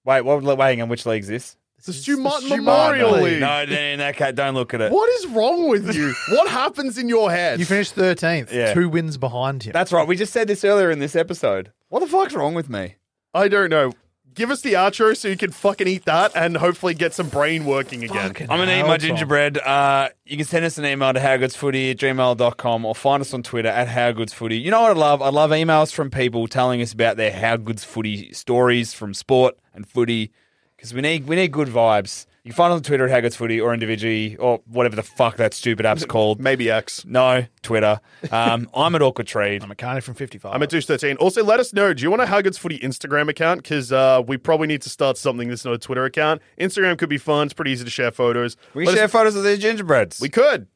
Wait, what? Waiting on which league's this?
The Stu Martin
Stu
Memorial
Martin
League.
No, then in that case, don't look at it.
What is wrong with (laughs) you? what happens in your head?
You finished 13th,
Yeah.
two wins behind him.
That's right. We just said this earlier in this episode. What the fuck's wrong with me?
I don't know. Give us the outro so you can fucking eat that and hopefully get some brain working again.
Fucking
I'm going to eat
hell,
my
Tom.
gingerbread. Uh, you can send us an email to howgoodsfooty at gmail.com or find us on Twitter at howgoodsfooty. You know what I love? I love emails from people telling us about their how goods footy stories from sport and footy because we need, we need good vibes. You can find us on Twitter at howgoodsfooty or individually or whatever the fuck that stupid app's (laughs) called.
Maybe X.
No, Twitter. Um, I'm at Awkward Trade.
I'm a carny from 55.
I'm at douche13. Also, let us know. Do you want a How Good's Footy Instagram account? Because uh, we probably need to start something that's not a Twitter account. Instagram could be fun. It's pretty easy to share photos.
We
Let us-
share photos of their gingerbreads.
We could.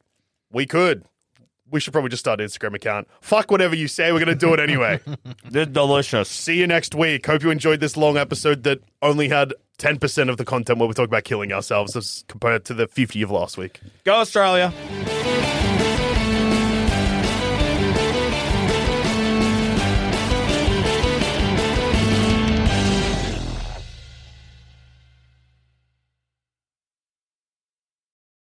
We could. We should probably just start an Instagram account. Fuck whatever you say. We're going to do it anyway.
(laughs) They're delicious.
See you next week. Hope you enjoyed this long episode that only had 10% of the content where we talk about killing ourselves as compared to the 50 of last week.
Go Australia.